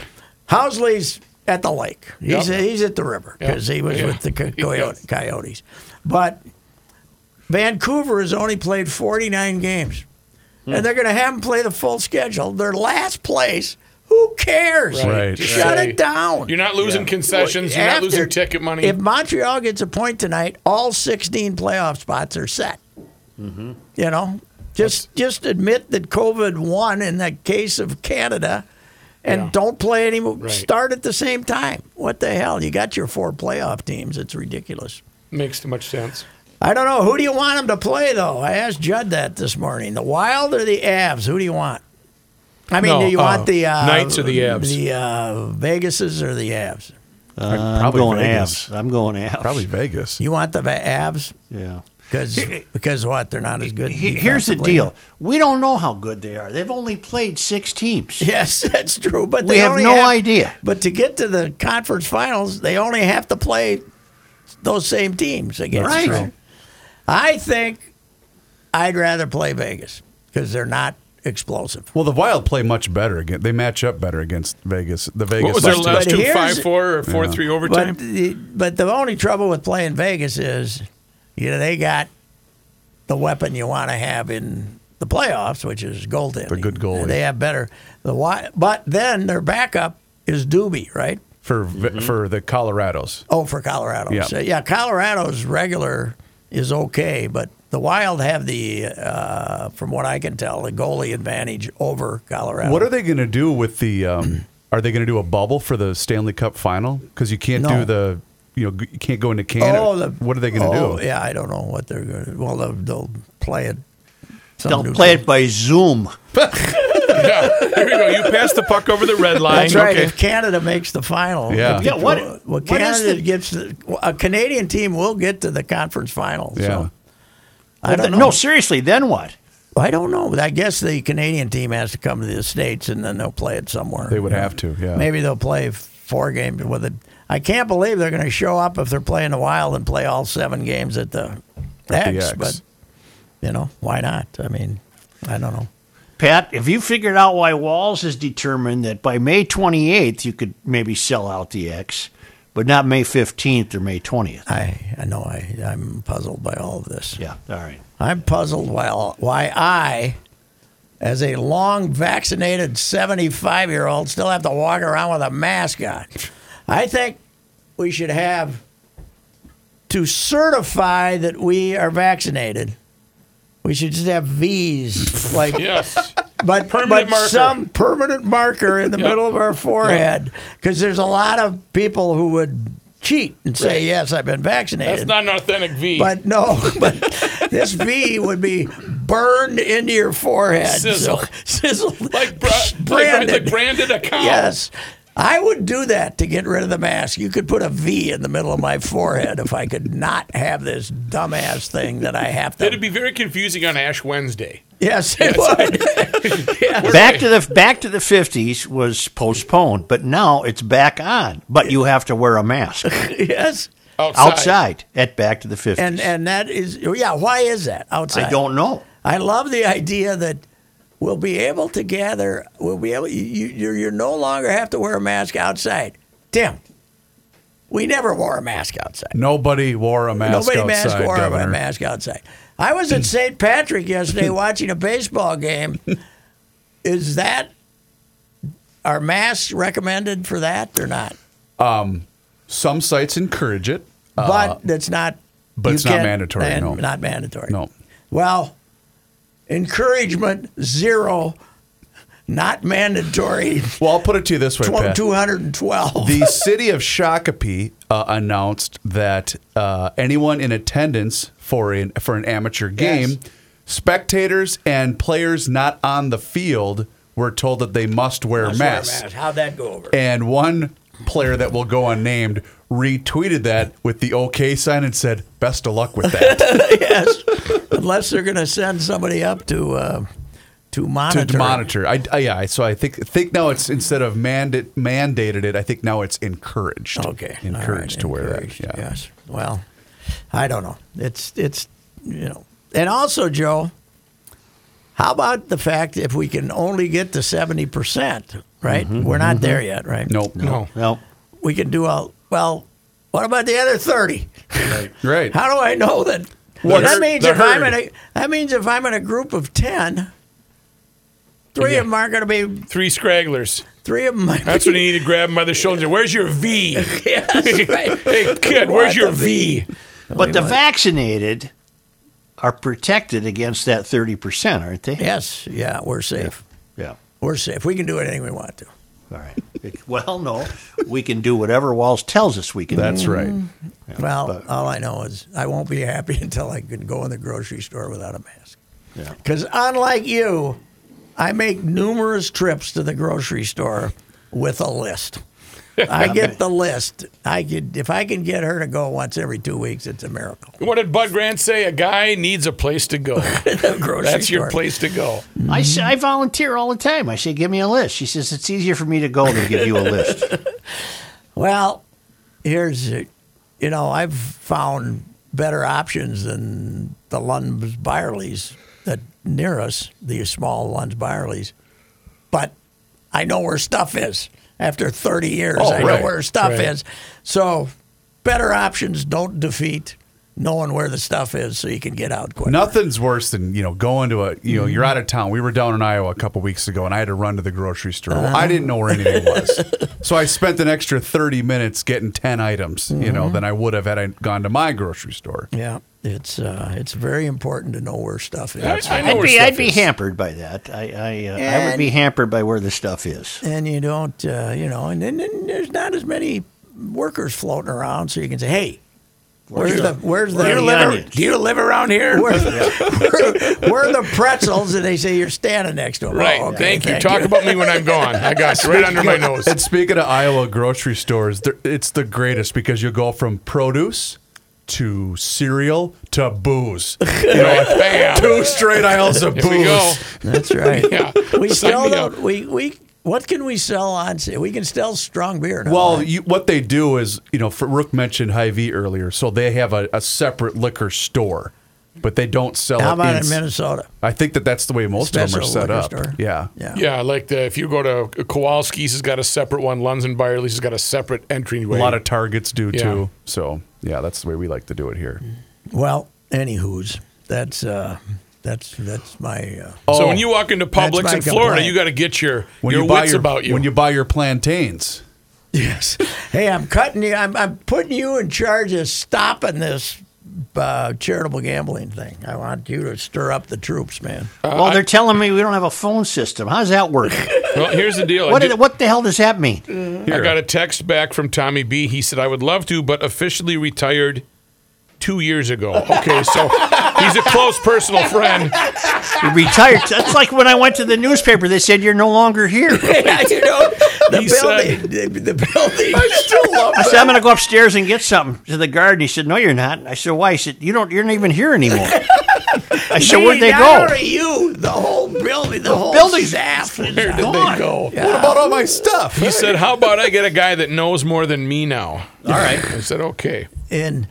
[SPEAKER 2] Housley's at the lake. He's,
[SPEAKER 4] Yep.
[SPEAKER 2] he's at the river because
[SPEAKER 4] Yep.
[SPEAKER 2] he was
[SPEAKER 4] Yeah.
[SPEAKER 2] with the co-
[SPEAKER 4] He
[SPEAKER 2] coyote,
[SPEAKER 4] is.
[SPEAKER 2] Coyotes. But Vancouver has only played 49 games.
[SPEAKER 4] Hmm.
[SPEAKER 2] And they're going to have them play the full schedule. They're last place. Who cares?
[SPEAKER 3] Right.
[SPEAKER 4] Just
[SPEAKER 2] Shut
[SPEAKER 4] say,
[SPEAKER 2] it down.
[SPEAKER 4] You're not losing concessions. You're not
[SPEAKER 2] After-
[SPEAKER 4] losing ticket money.
[SPEAKER 2] If Montreal gets a point tonight, all 16 playoff spots are set.
[SPEAKER 4] Mm-hmm.
[SPEAKER 2] You know, just just admit that COVID won in the case of Canada, and
[SPEAKER 4] Yeah.
[SPEAKER 2] don't play any.
[SPEAKER 4] Right.
[SPEAKER 2] Start at the same time. What the hell? You got your four playoff teams. It's ridiculous.
[SPEAKER 4] Makes too much sense.
[SPEAKER 2] I don't know. Who do you want them to play, though? I asked Judd that this morning. The Wild or the Avs? Who do you want? I mean,
[SPEAKER 4] No,
[SPEAKER 2] do you
[SPEAKER 4] uh,
[SPEAKER 2] want the uh,
[SPEAKER 4] Knights or the Avs?
[SPEAKER 2] The uh, Vegases or the Avs?
[SPEAKER 1] I'm
[SPEAKER 3] Probably
[SPEAKER 1] going
[SPEAKER 3] Vegas.
[SPEAKER 1] abs. I'm going abs.
[SPEAKER 3] Probably Vegas.
[SPEAKER 2] You want the Va- Avs?
[SPEAKER 1] Yeah.
[SPEAKER 2] Because because what? They're not as good.
[SPEAKER 1] He- Here's the
[SPEAKER 2] defensively.
[SPEAKER 1] deal. We don't know how good they are. They've only played six teams.
[SPEAKER 2] Yes, [LAUGHS] that's true. But
[SPEAKER 1] We
[SPEAKER 2] they
[SPEAKER 1] have
[SPEAKER 2] only
[SPEAKER 1] no idea.
[SPEAKER 2] But to get to the conference finals, they only have to play those same teams against.
[SPEAKER 1] That's
[SPEAKER 2] them.
[SPEAKER 1] true.
[SPEAKER 2] I think I'd rather play Vegas because they're not explosive.
[SPEAKER 3] Well, the Wild play much better again. They match up better against Vegas. The Vegas.
[SPEAKER 4] What was their
[SPEAKER 3] Mustang.
[SPEAKER 4] last
[SPEAKER 2] But
[SPEAKER 4] two?
[SPEAKER 2] here's-
[SPEAKER 4] Five four or four three overtime.
[SPEAKER 2] But the, but the only trouble with playing Vegas is, you know, they got the weapon you want to have in the playoffs, which is goaltending.
[SPEAKER 3] The good goalie.
[SPEAKER 2] They have better the wi- but then their backup is Doobie, right?
[SPEAKER 3] for
[SPEAKER 4] Mm-hmm.
[SPEAKER 3] for the Colorados.
[SPEAKER 2] Oh, for Colorado.
[SPEAKER 3] Yeah.
[SPEAKER 2] So, yeah, Colorado's regular is okay, but the Wild have the, uh, from what I can tell, the goalie advantage over Colorado.
[SPEAKER 3] What are they going to do with the? Um, are they going to do a bubble for the Stanley Cup final? Because you can't
[SPEAKER 2] No.
[SPEAKER 3] do the, you know, g- you can't go into Canada.
[SPEAKER 2] Oh, the,
[SPEAKER 3] what are they going to
[SPEAKER 2] oh,
[SPEAKER 3] do?
[SPEAKER 2] Yeah, I don't know what they're going to. Well, they'll, they'll play it. some
[SPEAKER 1] They'll
[SPEAKER 2] new-
[SPEAKER 1] play it by Zoom.
[SPEAKER 4] yeah. Here we go. You pass the puck over the red line.
[SPEAKER 2] That's right.
[SPEAKER 4] Okay.
[SPEAKER 2] If Canada makes the final,
[SPEAKER 3] Yeah.
[SPEAKER 1] Yeah, what-
[SPEAKER 2] Well,
[SPEAKER 1] what is
[SPEAKER 2] Canada
[SPEAKER 1] the-
[SPEAKER 2] gets the, a Canadian team will get to the conference final.
[SPEAKER 3] Yeah.
[SPEAKER 2] So I don't know.
[SPEAKER 1] No, seriously, then what?
[SPEAKER 2] I don't know. I guess the Canadian team has to come to the states and then they'll play it somewhere.
[SPEAKER 3] They would have to, yeah.
[SPEAKER 2] Maybe they'll play four games with it. I can't believe they're going to show up if they're playing the Wild and play all seven games at the
[SPEAKER 3] At the
[SPEAKER 2] X,
[SPEAKER 3] X.
[SPEAKER 2] But you know why not? I mean, I don't know.
[SPEAKER 1] Pat, have you figured out why Walls has determined that by May 28th you could maybe sell out the X, but not May 15th or May 20th?
[SPEAKER 2] I I know I I'm puzzled by all of this.
[SPEAKER 1] Yeah, all right.
[SPEAKER 2] I'm puzzled why why I, as a long vaccinated 75 year old, still have to walk around with a mask on. I think we should have to certify that we are vaccinated. We should just have
[SPEAKER 4] [LAUGHS]
[SPEAKER 2] V's like
[SPEAKER 4] Yes.
[SPEAKER 2] but,
[SPEAKER 4] Permanent
[SPEAKER 2] but
[SPEAKER 4] marker.
[SPEAKER 2] some permanent marker in the middle of our forehead because there's a lot of people who would cheat and say yes I've been vaccinated.
[SPEAKER 4] That's not an authentic V.
[SPEAKER 2] But no,
[SPEAKER 4] [LAUGHS]
[SPEAKER 2] but this V would be burned into your forehead.
[SPEAKER 4] Sizzle.
[SPEAKER 2] So, [LAUGHS] sizzled.
[SPEAKER 4] like, bra-
[SPEAKER 2] [LAUGHS] branded.
[SPEAKER 4] like, like branded a cow.
[SPEAKER 2] Yes. I would do that to get rid of the mask. You could put a V in the middle of my forehead if I could not have this dumbass thing that I have to.
[SPEAKER 4] It'd be very confusing on Ash Wednesday.
[SPEAKER 2] yes, it would. [LAUGHS]
[SPEAKER 1] Back to the back to the 50s was postponed, but now it's back on. But you have to wear a mask
[SPEAKER 2] yes.
[SPEAKER 4] Outside.
[SPEAKER 1] outside at Back to the 50s.
[SPEAKER 2] And and that is yeah. Why is that outside?
[SPEAKER 1] I don't know.
[SPEAKER 2] I love the idea that we'll be able to gather. We'll be able. You you you no longer have to wear a mask outside. Tim, we never wore a mask outside.
[SPEAKER 3] Nobody wore a mask
[SPEAKER 2] Nobody
[SPEAKER 3] outside,
[SPEAKER 2] mask wore
[SPEAKER 3] Governor.
[SPEAKER 2] a mask outside. I was at St. Patrick yesterday
[SPEAKER 3] [LAUGHS]
[SPEAKER 2] watching a baseball game. Is that are masks recommended for that or not?
[SPEAKER 3] Some sites encourage it. Uh,
[SPEAKER 2] but it's not.
[SPEAKER 3] but
[SPEAKER 2] you
[SPEAKER 3] it's not
[SPEAKER 2] can't-
[SPEAKER 3] mandatory,
[SPEAKER 2] and
[SPEAKER 3] no.
[SPEAKER 2] not mandatory.
[SPEAKER 3] No.
[SPEAKER 2] Well, encouragement zero, not
[SPEAKER 3] [LAUGHS]
[SPEAKER 2] mandatory.
[SPEAKER 3] Well, I'll put it to you this way, Pat.
[SPEAKER 2] Two hundred and twelve. [LAUGHS]
[SPEAKER 3] the city of Shakopee uh, announced that uh, anyone in attendance for an for an amateur game,
[SPEAKER 2] Yes.
[SPEAKER 3] spectators and players not on the field were told that they must wear masks.
[SPEAKER 2] How'd that go over?
[SPEAKER 3] And one player that will go unnamed retweeted that with the OK sign and said, "Best of luck
[SPEAKER 2] [LAUGHS]
[SPEAKER 3] with that."
[SPEAKER 2] [LAUGHS] yes, unless they're going to send somebody up to uh, to monitor.
[SPEAKER 3] to, to monitor, I, I yeah. So I think think now it's instead of mandate mandated it. I think now it's encouraged.
[SPEAKER 2] Okay, all right,
[SPEAKER 3] encouraged to wear that.
[SPEAKER 2] encouraged, Yes. Well, I don't know. It's it's you know, and also Joe, how about the fact if we can only get to seventy percent, right?
[SPEAKER 4] Mm-hmm.
[SPEAKER 2] We're not there yet, right?
[SPEAKER 3] Nope.
[SPEAKER 4] No.
[SPEAKER 1] No.
[SPEAKER 2] We can do all well. What about the other thirty?
[SPEAKER 3] Right.
[SPEAKER 2] How do I know that?
[SPEAKER 4] Well,
[SPEAKER 2] that
[SPEAKER 4] the
[SPEAKER 2] means
[SPEAKER 4] herd-
[SPEAKER 2] if
[SPEAKER 4] the
[SPEAKER 2] I'm in
[SPEAKER 4] herd.
[SPEAKER 2] a that means if I'm in a group of ten, three of them aren't going to be.
[SPEAKER 4] Three scragglers.
[SPEAKER 2] Three of them might
[SPEAKER 4] That's
[SPEAKER 2] be
[SPEAKER 4] when
[SPEAKER 2] [LAUGHS]
[SPEAKER 4] you need to grab them by the shoulder. Where's your V?
[SPEAKER 2] Yes, right.
[SPEAKER 4] [LAUGHS] hey, kid,
[SPEAKER 2] We want
[SPEAKER 4] where's your
[SPEAKER 2] the
[SPEAKER 4] V?
[SPEAKER 1] But the vaccinated are protected against that 30%, aren't they?
[SPEAKER 2] Yes, yeah, we're safe.
[SPEAKER 1] Yeah.
[SPEAKER 2] We're safe. We can do anything we want to.
[SPEAKER 1] All right. well, no. We can do whatever Walls tells us we can do.
[SPEAKER 3] That's
[SPEAKER 2] Mm.
[SPEAKER 3] right.
[SPEAKER 2] well, all I know is I won't be happy [LAUGHS] until I can go in the grocery store without a mask.
[SPEAKER 1] Yeah.
[SPEAKER 2] Because unlike you, I make numerous trips to the grocery store with a list. I get the list. I could if I can get her to go once every two weeks, it's a miracle.
[SPEAKER 4] What did Bud Grant say? A guy needs a place
[SPEAKER 2] [LAUGHS]
[SPEAKER 4] to go.
[SPEAKER 2] The grocery
[SPEAKER 4] That's your
[SPEAKER 2] store.
[SPEAKER 4] place to go.
[SPEAKER 1] I, say, I volunteer all the time. I say, give me a list. She says, it's easier for me to go than give you a list.
[SPEAKER 2] Well, here's it. You know, I've found better options than the Lunds Byerleys that near us, the small Lunds Byerleys. But I know where stuff is. After 30 years,
[SPEAKER 3] Oh,
[SPEAKER 2] I
[SPEAKER 3] right,
[SPEAKER 2] know where stuff
[SPEAKER 4] right.
[SPEAKER 2] is. So better options don't defeat knowing where the stuff is so you can get out quick.
[SPEAKER 3] Nothing's worse than you know going to a you know you're out of town. We were down in Iowa a couple weeks ago, and I had to run to the grocery store. Well, I didn't know where anything was, so I spent an extra thirty minutes getting ten items. You know, than I would have had I gone to my grocery store.
[SPEAKER 2] Yeah, it's uh, it's very important to know where stuff is.
[SPEAKER 4] I, I know
[SPEAKER 1] I'd
[SPEAKER 4] where
[SPEAKER 1] be,
[SPEAKER 4] stuff
[SPEAKER 1] I'd be
[SPEAKER 4] is.
[SPEAKER 1] hampered by that. I, I, uh, I would
[SPEAKER 2] And-
[SPEAKER 1] be hampered by where the stuff is.
[SPEAKER 2] and you don't, uh, you know, and then and there's not as many workers floating around, so you can say, hey, where's the, where's the,
[SPEAKER 1] where are the onions?
[SPEAKER 2] do you live around
[SPEAKER 4] [LAUGHS]
[SPEAKER 2] here? [LAUGHS] Where, where, where are the pretzels? And they say you're standing next to them.
[SPEAKER 4] Right.
[SPEAKER 2] Oh, okay,
[SPEAKER 4] thank you. Talk about me when I'm gone. I got you right under my nose.
[SPEAKER 3] And speaking of Iowa grocery stores, they're- it's the greatest because you go from produce to cereal to booze. You [LAUGHS] know, like,
[SPEAKER 4] [LAUGHS] Bam.
[SPEAKER 3] two straight aisles of
[SPEAKER 4] Here we go.
[SPEAKER 3] booze.
[SPEAKER 2] That's right.
[SPEAKER 4] [LAUGHS] Yeah.
[SPEAKER 2] We
[SPEAKER 4] Sign
[SPEAKER 2] still
[SPEAKER 4] me up.
[SPEAKER 2] don't. We we What can we sell on? We can sell strong beer. now,
[SPEAKER 3] Well,
[SPEAKER 2] right?
[SPEAKER 3] you, what they do is, you know, Rook mentioned Hy-Vee earlier, so they have a, a separate liquor store, but they don't sell.
[SPEAKER 2] how
[SPEAKER 3] it
[SPEAKER 2] about in
[SPEAKER 3] ins-
[SPEAKER 2] Minnesota?
[SPEAKER 3] I think that that's the way most of them
[SPEAKER 2] Special
[SPEAKER 3] are set
[SPEAKER 2] liquor
[SPEAKER 3] up.
[SPEAKER 2] store.
[SPEAKER 3] Yeah.
[SPEAKER 2] Yeah.
[SPEAKER 4] Yeah, like the, if you go to Kowalski's, has got a separate one. Lunds and Byerly's has got a separate entryway.
[SPEAKER 3] a lot of targets do
[SPEAKER 4] Yeah. Mm-hmm.
[SPEAKER 3] too. So yeah, that's the way we like to do it here.
[SPEAKER 2] Well, anywho's that's uh, that's that's my. Uh,
[SPEAKER 4] So
[SPEAKER 3] Oh.
[SPEAKER 4] when you walk into
[SPEAKER 2] That's
[SPEAKER 4] Publix
[SPEAKER 2] my
[SPEAKER 4] in Florida,
[SPEAKER 2] complaint.
[SPEAKER 4] you got to get your your wits about you.
[SPEAKER 3] when you buy your plantains,
[SPEAKER 2] yes. hey, I'm cutting you. I'm I'm putting you in charge of stopping this uh, charitable gambling thing. I want you to stir up the troops, man. [LAUGHS]
[SPEAKER 1] well, they're telling me we don't have a phone system. How does that work?
[SPEAKER 4] well, here's the deal. I
[SPEAKER 1] what,
[SPEAKER 4] did-
[SPEAKER 1] did, what the hell does that mean?
[SPEAKER 4] I got a text back from Tommy B. He said, I would love to, but officially retired two years ago. Okay, so he's a close personal friend.
[SPEAKER 1] You're retired. That's like when I went to the newspaper. They said you're no longer here.
[SPEAKER 2] Yeah, you know the
[SPEAKER 4] He said-
[SPEAKER 2] building. the, the building.
[SPEAKER 1] I said I'm going to go upstairs and get something to the garden. He said, No, you're not. I said, Why? He said, You don't. You're not even here anymore. I said,
[SPEAKER 2] Me,
[SPEAKER 1] Where'd they
[SPEAKER 2] not
[SPEAKER 1] go?
[SPEAKER 2] only You, the whole building, the whole
[SPEAKER 1] building's-
[SPEAKER 2] staff. is
[SPEAKER 4] Where did
[SPEAKER 2] gone.
[SPEAKER 4] they go?
[SPEAKER 3] what about all my
[SPEAKER 2] [LAUGHS]
[SPEAKER 3] stuff?
[SPEAKER 4] He said, How about I get a guy that knows more than me now? All right. I said, Okay.
[SPEAKER 2] And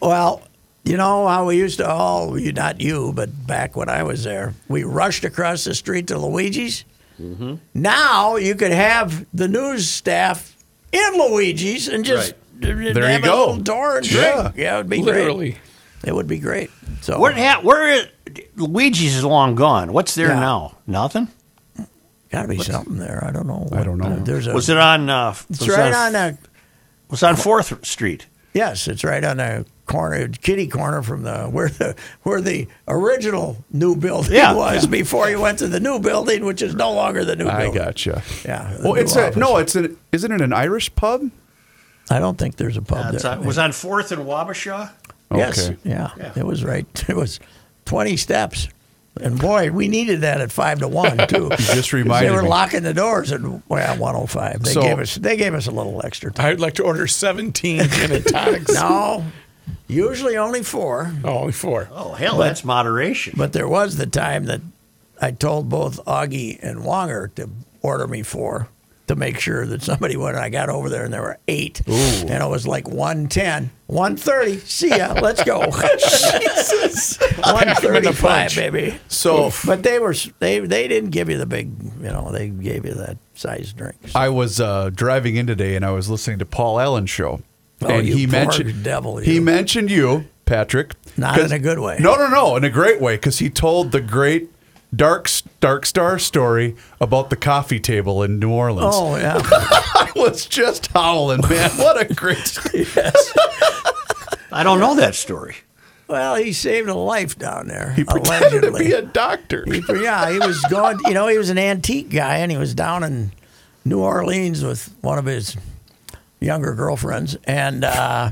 [SPEAKER 2] well, you know how we used to all you not you, but back when I was there, we rushed across the street to Luigi's.
[SPEAKER 3] Mm-hmm.
[SPEAKER 2] Now you could have the news staff in Luigi's and just
[SPEAKER 3] There
[SPEAKER 2] have
[SPEAKER 3] you
[SPEAKER 2] a
[SPEAKER 3] go.
[SPEAKER 2] little door and drink.
[SPEAKER 3] Yeah.
[SPEAKER 2] Yeah, it would be
[SPEAKER 4] Literally.
[SPEAKER 2] great. It would be great. So
[SPEAKER 1] What? Ha- where is Luigi's is long gone. What's there
[SPEAKER 2] Yeah.
[SPEAKER 1] now? Nothing.
[SPEAKER 2] gotta be something there. I don't know.
[SPEAKER 3] I don't know.
[SPEAKER 2] There's a.
[SPEAKER 1] Was it on? Uh,
[SPEAKER 2] It's
[SPEAKER 1] was
[SPEAKER 2] right
[SPEAKER 1] on,
[SPEAKER 2] on a.
[SPEAKER 1] Was on Fourth Street.
[SPEAKER 2] Yes, it's right on a corner, kitty corner from the where the where the original new building
[SPEAKER 1] Yeah,
[SPEAKER 2] was
[SPEAKER 1] yeah.
[SPEAKER 2] before you went to the new building, which is no longer the new
[SPEAKER 3] I
[SPEAKER 2] building.
[SPEAKER 3] gotcha.
[SPEAKER 2] Yeah. the
[SPEAKER 3] Well,
[SPEAKER 2] new
[SPEAKER 3] it's a,
[SPEAKER 2] office.
[SPEAKER 3] no, it's an isn't it an Irish pub?
[SPEAKER 2] I don't think there's a pub
[SPEAKER 1] That's
[SPEAKER 2] there.
[SPEAKER 1] on- was on Fourth and Wabasha.
[SPEAKER 2] yes,
[SPEAKER 3] Okay.
[SPEAKER 2] yeah,
[SPEAKER 1] Yeah.
[SPEAKER 2] it was right. [LAUGHS] It was twenty steps, and boy, we needed that at five to
[SPEAKER 3] [LAUGHS]
[SPEAKER 2] one too.
[SPEAKER 3] just
[SPEAKER 2] 'Cause [LAUGHS]
[SPEAKER 3] reminded
[SPEAKER 2] they were
[SPEAKER 3] me.
[SPEAKER 2] locking the doors at well, one hundred five. They
[SPEAKER 3] So-
[SPEAKER 2] gave us they gave us a little extra
[SPEAKER 3] [LAUGHS]
[SPEAKER 2] time.
[SPEAKER 4] I'd like to order 17
[SPEAKER 2] [LAUGHS]
[SPEAKER 4] gin and tonics.
[SPEAKER 2] No, usually only four.
[SPEAKER 4] Oh, only four.
[SPEAKER 1] Oh hell, that's moderation.
[SPEAKER 2] But there was the time that I told both Augie and Wonger to order me four to make sure that somebody went. I got over there and there were eight. And it was like 110, 130. See ya. Let's
[SPEAKER 3] [LAUGHS]
[SPEAKER 2] go. [LAUGHS] Jesus. 135, baby.
[SPEAKER 3] So
[SPEAKER 2] But they were they they didn't give you the big, you know, they gave you that size drink.
[SPEAKER 3] I was uh, driving in today and I was listening to Paul Allen's show,
[SPEAKER 2] Oh,
[SPEAKER 3] and
[SPEAKER 2] you
[SPEAKER 3] he
[SPEAKER 2] poor
[SPEAKER 3] mentioned
[SPEAKER 2] devil,
[SPEAKER 3] he
[SPEAKER 2] you.
[SPEAKER 3] mentioned you, Patrick.
[SPEAKER 2] Not
[SPEAKER 3] 'cause-
[SPEAKER 2] in a good way.
[SPEAKER 3] No, no, no, in a great way because he told the great dark S- dark star story about the coffee table in New Orleans.
[SPEAKER 2] Oh yeah.
[SPEAKER 3] [LAUGHS] I was just howling,
[SPEAKER 2] [LAUGHS]
[SPEAKER 3] man! What a great story.
[SPEAKER 1] I don't know that story.
[SPEAKER 2] well, he saved a life down there.
[SPEAKER 3] He pretended to
[SPEAKER 2] allegedly.
[SPEAKER 3] be a doctor.
[SPEAKER 2] He- yeah, he was going. You know, he was an antique guy, and he was down in New Orleans with one of his younger girlfriends, and uh,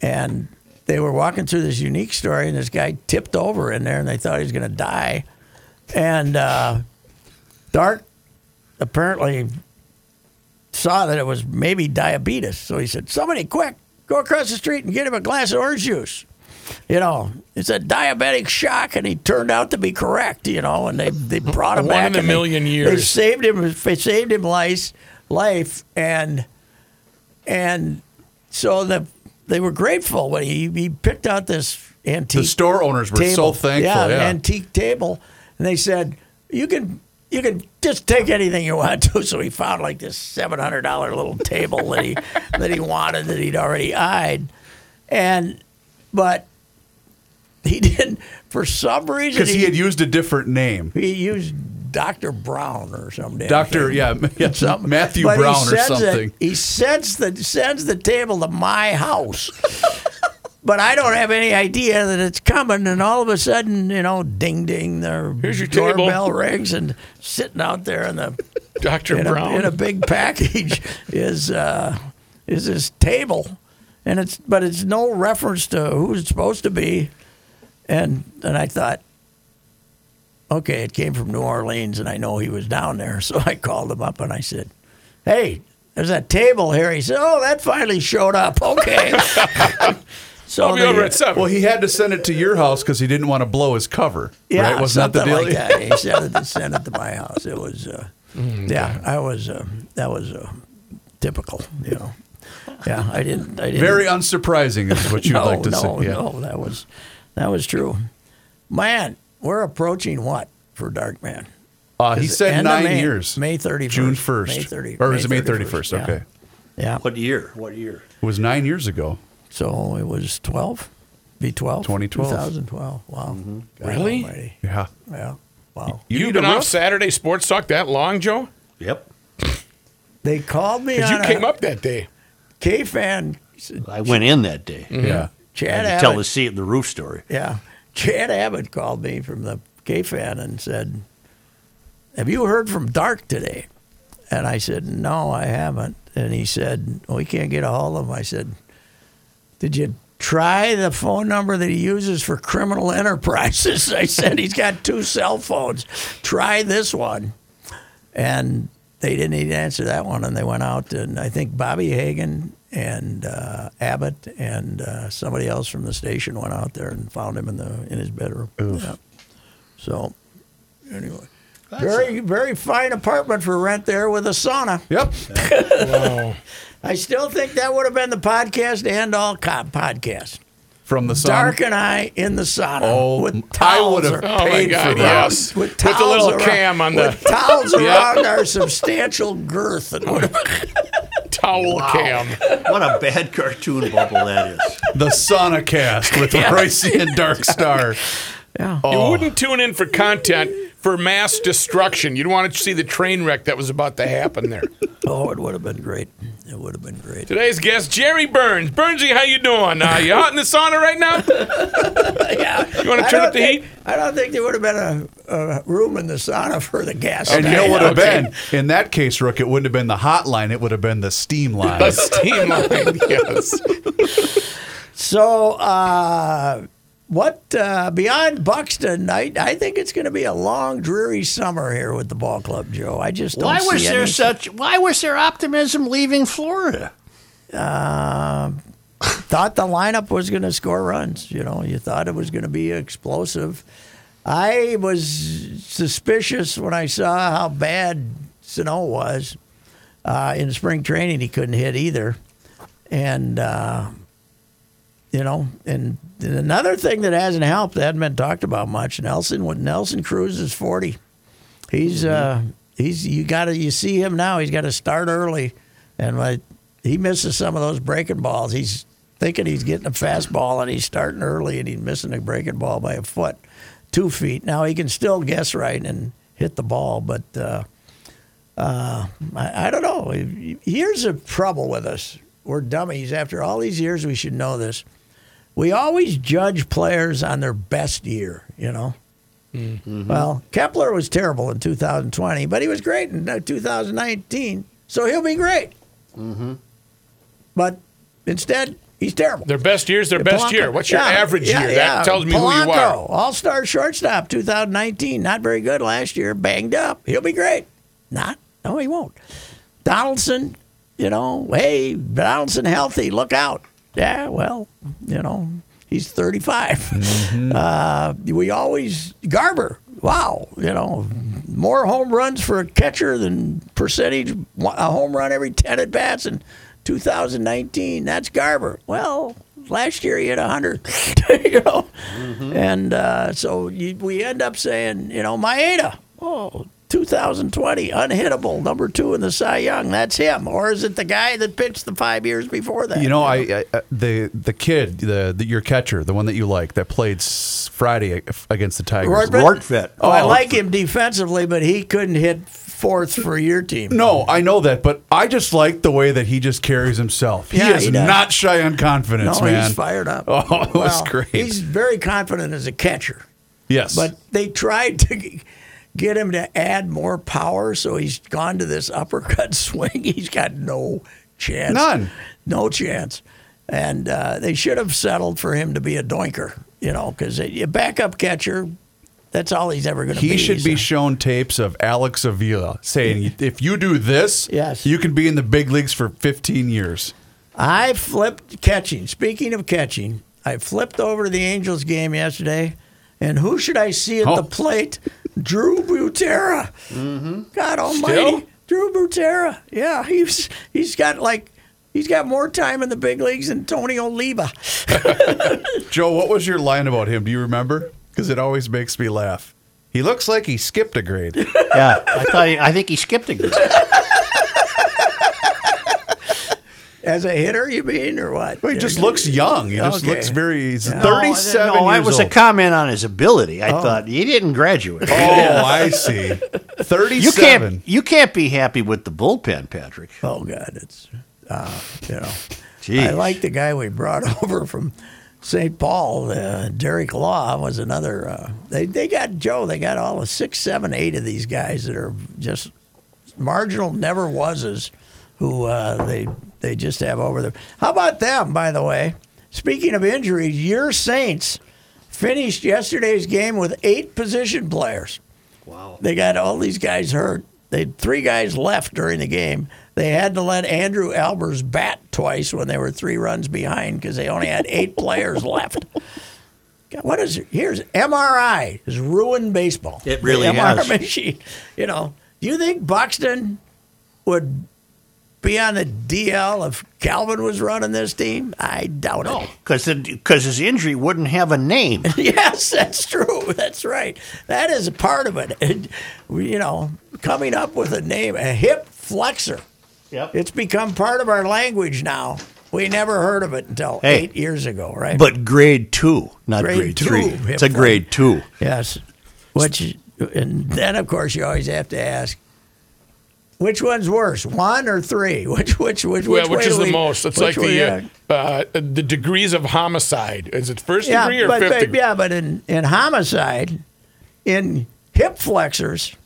[SPEAKER 2] and they were walking through this unique story, and this guy tipped over in there, and they thought he was going to die, and uh, Dart apparently saw that it was maybe diabetes, so he said, "Somebody, quick, go across the street and get him a glass of orange juice." you know, it's a diabetic shock, and he turned out to be correct, you know, and they, they brought him
[SPEAKER 4] One
[SPEAKER 2] back.
[SPEAKER 4] in a
[SPEAKER 2] and they-
[SPEAKER 4] million
[SPEAKER 2] They
[SPEAKER 4] years.
[SPEAKER 2] saved him. They saved him life, life, and and so the they were grateful when he, he picked out this antique.
[SPEAKER 3] The store owners were
[SPEAKER 2] table.
[SPEAKER 3] so thankful. Yeah,
[SPEAKER 2] an antique table, and they said you can. You can just take anything you want to. [LAUGHS] So he found like this seven hundred dollar little table
[SPEAKER 3] [LAUGHS]
[SPEAKER 2] that he that he wanted that he'd already eyed, and but he didn't for some reason
[SPEAKER 3] because he had used a different name,
[SPEAKER 2] he used Doctor Brown or something. [LAUGHS]
[SPEAKER 3] Doctor. Yeah, [LAUGHS] yeah,
[SPEAKER 2] Something.
[SPEAKER 3] Matthew
[SPEAKER 2] But he
[SPEAKER 3] Brown or
[SPEAKER 2] sends it-
[SPEAKER 3] something.
[SPEAKER 2] he sends the sends the table to my
[SPEAKER 3] [LAUGHS]
[SPEAKER 2] house. But I don't have any idea that it's coming, and all of a sudden, you know, ding ding, the
[SPEAKER 4] Here's your table.
[SPEAKER 2] doorbell rings, and sitting out there in the
[SPEAKER 4] Dr.
[SPEAKER 2] in a,
[SPEAKER 4] Brown.
[SPEAKER 2] in a
[SPEAKER 4] [LAUGHS]
[SPEAKER 2] big package is uh, is this table, and it's but it's no reference to who it's supposed to be, and and I thought, okay, it came from New Orleans, and I know he was down there, [LAUGHS] so I called him up and I said, hey, there's that table here. He said, oh, that finally showed up.
[SPEAKER 4] [LAUGHS]
[SPEAKER 2] Okay, so
[SPEAKER 4] I'll be
[SPEAKER 2] they-
[SPEAKER 4] over at seven.
[SPEAKER 3] Well, he had to send it to your house because he didn't want to blow his cover.
[SPEAKER 2] yeah,
[SPEAKER 3] right? Wasn't that
[SPEAKER 2] something
[SPEAKER 3] the deal?
[SPEAKER 2] like
[SPEAKER 3] Mm,
[SPEAKER 2] that. He sent it, sent it to my house. It was. Uh, yeah, I was. Uh, that was uh, typical. You know. Yeah, I didn't. I didn't.
[SPEAKER 3] Very unsurprising is what
[SPEAKER 2] [LAUGHS]
[SPEAKER 3] you'd
[SPEAKER 2] no,
[SPEAKER 3] like to
[SPEAKER 2] no,
[SPEAKER 3] see. Yeah.
[SPEAKER 2] no. That was that was true. Man, we're approaching what for Dark Man?
[SPEAKER 3] Uh, he
[SPEAKER 2] Is it
[SPEAKER 3] said
[SPEAKER 2] end of
[SPEAKER 3] nine
[SPEAKER 2] May-
[SPEAKER 3] years.
[SPEAKER 2] May thirty first,
[SPEAKER 3] June first,
[SPEAKER 2] May thirty,
[SPEAKER 3] or is it May thirty
[SPEAKER 2] 31st,
[SPEAKER 3] first?
[SPEAKER 2] yeah.
[SPEAKER 3] Okay,
[SPEAKER 2] Yeah.
[SPEAKER 1] What year? What year?
[SPEAKER 3] it was nine years ago.
[SPEAKER 2] So it was twelve. Be twelve.
[SPEAKER 3] 2012.
[SPEAKER 2] 2012. Wow.
[SPEAKER 3] Mm-hmm.
[SPEAKER 2] God
[SPEAKER 4] Really?
[SPEAKER 2] almighty.
[SPEAKER 3] Yeah,
[SPEAKER 2] Yeah. Wow.
[SPEAKER 4] You have
[SPEAKER 3] need
[SPEAKER 4] been
[SPEAKER 3] a
[SPEAKER 4] off
[SPEAKER 3] roof?
[SPEAKER 4] Saturday sports talk that long, Joe?
[SPEAKER 1] Yep.
[SPEAKER 2] They called me
[SPEAKER 4] Because
[SPEAKER 2] on
[SPEAKER 4] you came
[SPEAKER 2] a
[SPEAKER 4] up that
[SPEAKER 2] [LAUGHS]
[SPEAKER 4] day.
[SPEAKER 2] K-Fan.
[SPEAKER 1] I went in that day.
[SPEAKER 3] Yeah,
[SPEAKER 1] Mm-hmm. I
[SPEAKER 2] Chad
[SPEAKER 1] had to
[SPEAKER 2] Abbott.
[SPEAKER 1] tell the seat the roof story.
[SPEAKER 2] Yeah. Chad Abbott called me from the KFAN and said, Have you heard from Dark today? And I said, No, I haven't. And he said, We can't get a hold of him. I said, Did you try the phone number that he uses for criminal [LAUGHS] enterprises? I said, He's got two cell phones. Try this one. And they didn't even answer that one. And they went out, and I think Bobby Hagan and uh, Abbott and uh, somebody else from the station went out there and found him in the in his bedroom. Yeah. So, anyway. very, very fine apartment for rent there with a sauna.
[SPEAKER 3] yep.
[SPEAKER 4] Oh,
[SPEAKER 2] I still think that would have been the podcast and all cop podcast.
[SPEAKER 3] From the sun.
[SPEAKER 2] Dark and I in the sauna
[SPEAKER 3] Oh, I
[SPEAKER 2] with towels.
[SPEAKER 3] would've
[SPEAKER 2] ar-
[SPEAKER 4] Oh my
[SPEAKER 3] Paid
[SPEAKER 4] God!
[SPEAKER 3] for
[SPEAKER 4] Yes, with,
[SPEAKER 2] towels
[SPEAKER 4] the little
[SPEAKER 2] around,
[SPEAKER 4] cam on
[SPEAKER 2] with
[SPEAKER 4] the [LAUGHS]
[SPEAKER 2] towels around our substantial girth. And whatever.
[SPEAKER 4] towel cam.
[SPEAKER 1] What a bad [LAUGHS] cartoon bubble that is.
[SPEAKER 3] the sauna cast
[SPEAKER 2] [LAUGHS]
[SPEAKER 3] with Ricey and Dark Star.
[SPEAKER 2] Oh.
[SPEAKER 4] You wouldn't tune in for content for mass destruction. You'd want to see the train wreck that was about to
[SPEAKER 2] [LAUGHS]
[SPEAKER 4] happen there.
[SPEAKER 2] Oh, it would have been great. It would have been great.
[SPEAKER 4] Today's guest, Jerry Burns. Burnsy, how you doing? Uh, you hot in the sauna right now?
[SPEAKER 2] [LAUGHS] yeah.
[SPEAKER 4] You want to
[SPEAKER 2] I
[SPEAKER 4] turn
[SPEAKER 2] don't
[SPEAKER 4] up the
[SPEAKER 2] think-
[SPEAKER 4] heat?
[SPEAKER 2] I don't think there would have been a, a room in the sauna [LAUGHS] for the gas.
[SPEAKER 3] And you know
[SPEAKER 2] tank.
[SPEAKER 3] what would have
[SPEAKER 4] okay.
[SPEAKER 3] been? In that case, Rook, it wouldn't have been the hot line. It would have been
[SPEAKER 2] [LAUGHS]
[SPEAKER 3] the steam line.
[SPEAKER 4] The steam line, [LAUGHS] yes.
[SPEAKER 2] So, uh, what uh, beyond Buxton? I, I think it's going to be a long, dreary summer here with the ball club, Joe. I just don't
[SPEAKER 1] Why
[SPEAKER 2] see
[SPEAKER 1] was there
[SPEAKER 2] any-
[SPEAKER 1] such? Why was there optimism leaving Florida?
[SPEAKER 2] thought the lineup was going to score runs. You know, you thought it was going to be explosive. I was suspicious when I saw how bad Sano was uh, in spring training. He couldn't hit either, and uh, you know, and, and another thing that hasn't helped that hasn't been talked about much. Nelson, when Nelson Cruz is forty, he's uh, he's you got to you see him now. He's got to start early, and like, he misses some of those breaking balls. He's thinking he's getting a fastball, and he's starting early, and he's missing a breaking ball by a foot, two feet. Now he can still guess right and hit the ball, but uh, uh, I, I don't know. Here's the trouble with us: we're dummies. After all these years, we should know this. We always judge players on their best year, you know. Well, Kepler was terrible in 2020, but he was great in uh, 2019, so he'll be great. But instead, he's terrible.
[SPEAKER 4] Their best year's their best
[SPEAKER 2] Polanco-
[SPEAKER 4] year. What's your
[SPEAKER 2] yeah,
[SPEAKER 4] average
[SPEAKER 2] yeah,
[SPEAKER 4] year?
[SPEAKER 2] yeah.
[SPEAKER 4] That tells me who you
[SPEAKER 2] Polanco,
[SPEAKER 4] are.
[SPEAKER 2] All-star shortstop, 2019. Not very good last year. Banged up. He'll be great. Not. No, he won't. Donaldson, you know, hey, Donaldson healthy. Look out. Yeah, well, you know, he's 35. [LAUGHS]
[SPEAKER 4] Mm-hmm.
[SPEAKER 2] Uh, we always Garber. Wow, you know, more home runs for a catcher than percentage a home run every 10 at bats in 2019. That's Garber. Well, last year he hit 100, [LAUGHS] you know.
[SPEAKER 3] Mm-hmm.
[SPEAKER 2] And uh, so you, we end up saying, you know, Maeda, oh, 2020, unhittable, number two in the Cy Young. That's him. Or is it the guy that pitched the five years before that?
[SPEAKER 3] You know, I, I I- the the kid, the, the your catcher, the one that you like, that played s- Friday against the Tigers.
[SPEAKER 2] Roy Brett-
[SPEAKER 1] Lortfett.
[SPEAKER 2] Oh, I
[SPEAKER 3] Oh.
[SPEAKER 2] like him defensively, but he couldn't hit fourth for your team.
[SPEAKER 3] No, I know that, but I just like the way that he just carries himself.
[SPEAKER 2] Yeah,
[SPEAKER 3] he is
[SPEAKER 2] he does.
[SPEAKER 3] not shy on confidence,
[SPEAKER 2] no,
[SPEAKER 3] man.
[SPEAKER 2] he's fired up.
[SPEAKER 3] Oh, [LAUGHS] it was great.
[SPEAKER 2] He's very confident as a catcher,
[SPEAKER 3] Yes,
[SPEAKER 2] but they tried to g- get him to add more power, so he's gone to this uppercut [LAUGHS] swing. He's got no chance.
[SPEAKER 3] None.
[SPEAKER 2] No chance. And uh, they should have settled for him to be a doinker, you know, because a backup catcher, that's all he's ever going to be.
[SPEAKER 3] He should be
[SPEAKER 2] so-
[SPEAKER 3] shown tapes of Alex Avila saying, "If you do this,
[SPEAKER 2] Yes.
[SPEAKER 3] you can be in the big leagues for 15 years."
[SPEAKER 2] I flipped catching. Speaking of catching, I flipped over to the Angels game yesterday, and who should I see at
[SPEAKER 3] Oh.
[SPEAKER 2] the plate Drew Butera.
[SPEAKER 3] Mm-hmm.
[SPEAKER 2] God Almighty,
[SPEAKER 4] Still?
[SPEAKER 2] Drew Butera. Yeah, he's he's got like he's got more time in the big leagues than Tony Oliva. [LAUGHS]
[SPEAKER 3] Joe, what was your line about him? Do you remember? Because it always makes me laugh. He looks like he skipped a grade.
[SPEAKER 1] Yeah, I thought he, I think he skipped a [LAUGHS] grade.
[SPEAKER 2] As a hitter, you mean, or what?
[SPEAKER 3] He just looks young. He just
[SPEAKER 2] Okay.
[SPEAKER 3] looks very. He's
[SPEAKER 1] No, I didn't-
[SPEAKER 3] thirty-seven.
[SPEAKER 1] No,
[SPEAKER 3] years
[SPEAKER 1] it was
[SPEAKER 3] old.
[SPEAKER 1] a comment on his ability. I thought he didn't graduate.
[SPEAKER 3] Oh, I see.
[SPEAKER 1] You
[SPEAKER 3] Thirty-seven.
[SPEAKER 1] [LAUGHS] can't. You can't be happy with the bullpen, Patrick.
[SPEAKER 2] Oh God, it's uh, you know.
[SPEAKER 1] Jeez.
[SPEAKER 2] I like the guy we brought [LAUGHS] over from St. Paul. Uh, Derek Law was another. Uh, they they got Joe. They got all the six, seven, eight of these guys that are just marginal, never wases, who uh, they they just have over there. How about them, by the way? Speaking of injuries, your Saints finished yesterday's game with eight position players. They got all these guys hurt. They had three guys left during the game. They had to let Andrew Albers bat twice when they were three runs behind because they only had
[SPEAKER 1] [LAUGHS]
[SPEAKER 2] eight players left. God, what is here's MRI has ruined baseball.
[SPEAKER 1] It really
[SPEAKER 2] the MRI
[SPEAKER 1] has.
[SPEAKER 2] machine. You know, do you think Buxton would be on the DL if Calvin was running this team? I doubt it.
[SPEAKER 1] Because because his injury wouldn't have a name.
[SPEAKER 2] [LAUGHS] Yes, that's true. That's right. That is a part of it. And, you know, coming up with a name, a hip flexor.
[SPEAKER 1] Yep.
[SPEAKER 2] It's become part of our language now. We never heard of it until
[SPEAKER 1] Hey.
[SPEAKER 2] eight years ago, right?
[SPEAKER 1] But grade two, not
[SPEAKER 2] Grade
[SPEAKER 1] grade,
[SPEAKER 2] two,
[SPEAKER 1] three.
[SPEAKER 2] hip
[SPEAKER 1] It's a
[SPEAKER 2] flexor.
[SPEAKER 1] grade two.
[SPEAKER 2] yes, which and then of course you always have to ask, which one's worse, one or three? [LAUGHS] Which which which
[SPEAKER 4] Well,
[SPEAKER 2] which,
[SPEAKER 4] which
[SPEAKER 2] way
[SPEAKER 4] is
[SPEAKER 2] do
[SPEAKER 4] the
[SPEAKER 2] we-
[SPEAKER 4] most? It's
[SPEAKER 2] which
[SPEAKER 4] like
[SPEAKER 2] way-
[SPEAKER 4] the uh, uh, the degrees of homicide. Is it first
[SPEAKER 2] yeah,
[SPEAKER 4] degree or
[SPEAKER 2] but,
[SPEAKER 4] fifth
[SPEAKER 2] but-
[SPEAKER 4] degree?
[SPEAKER 2] yeah, but in in homicide, in hip flexors,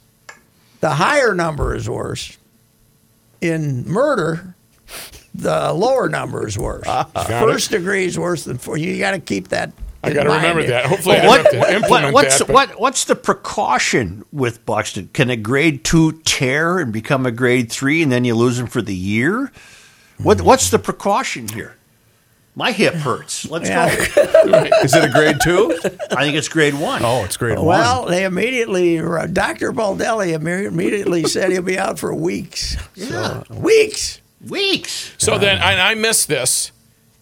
[SPEAKER 2] the higher number is worse. In murder, the lower number is worse. First degree is worse than four. You got to keep that.
[SPEAKER 4] Ah, I
[SPEAKER 2] in
[SPEAKER 4] got to
[SPEAKER 2] mind.
[SPEAKER 4] remember
[SPEAKER 2] [LAUGHS]
[SPEAKER 4] that. Hopefully, I
[SPEAKER 1] What,
[SPEAKER 4] don't have to implement
[SPEAKER 1] what, what's
[SPEAKER 4] that. but-
[SPEAKER 1] what what's the precaution with Buxton? Can a grade two tear and become a grade three, and then you lose him for the year? What what's the precaution here? My hip hurts. Let's go.
[SPEAKER 3] Is it a grade two?
[SPEAKER 1] I think it's grade one.
[SPEAKER 3] Oh, it's grade one.
[SPEAKER 2] Well, they immediately, Dr. Baldelli imme- immediately said he'll be out for weeks. So, weeks.
[SPEAKER 1] Weeks.
[SPEAKER 4] So then, and I missed this.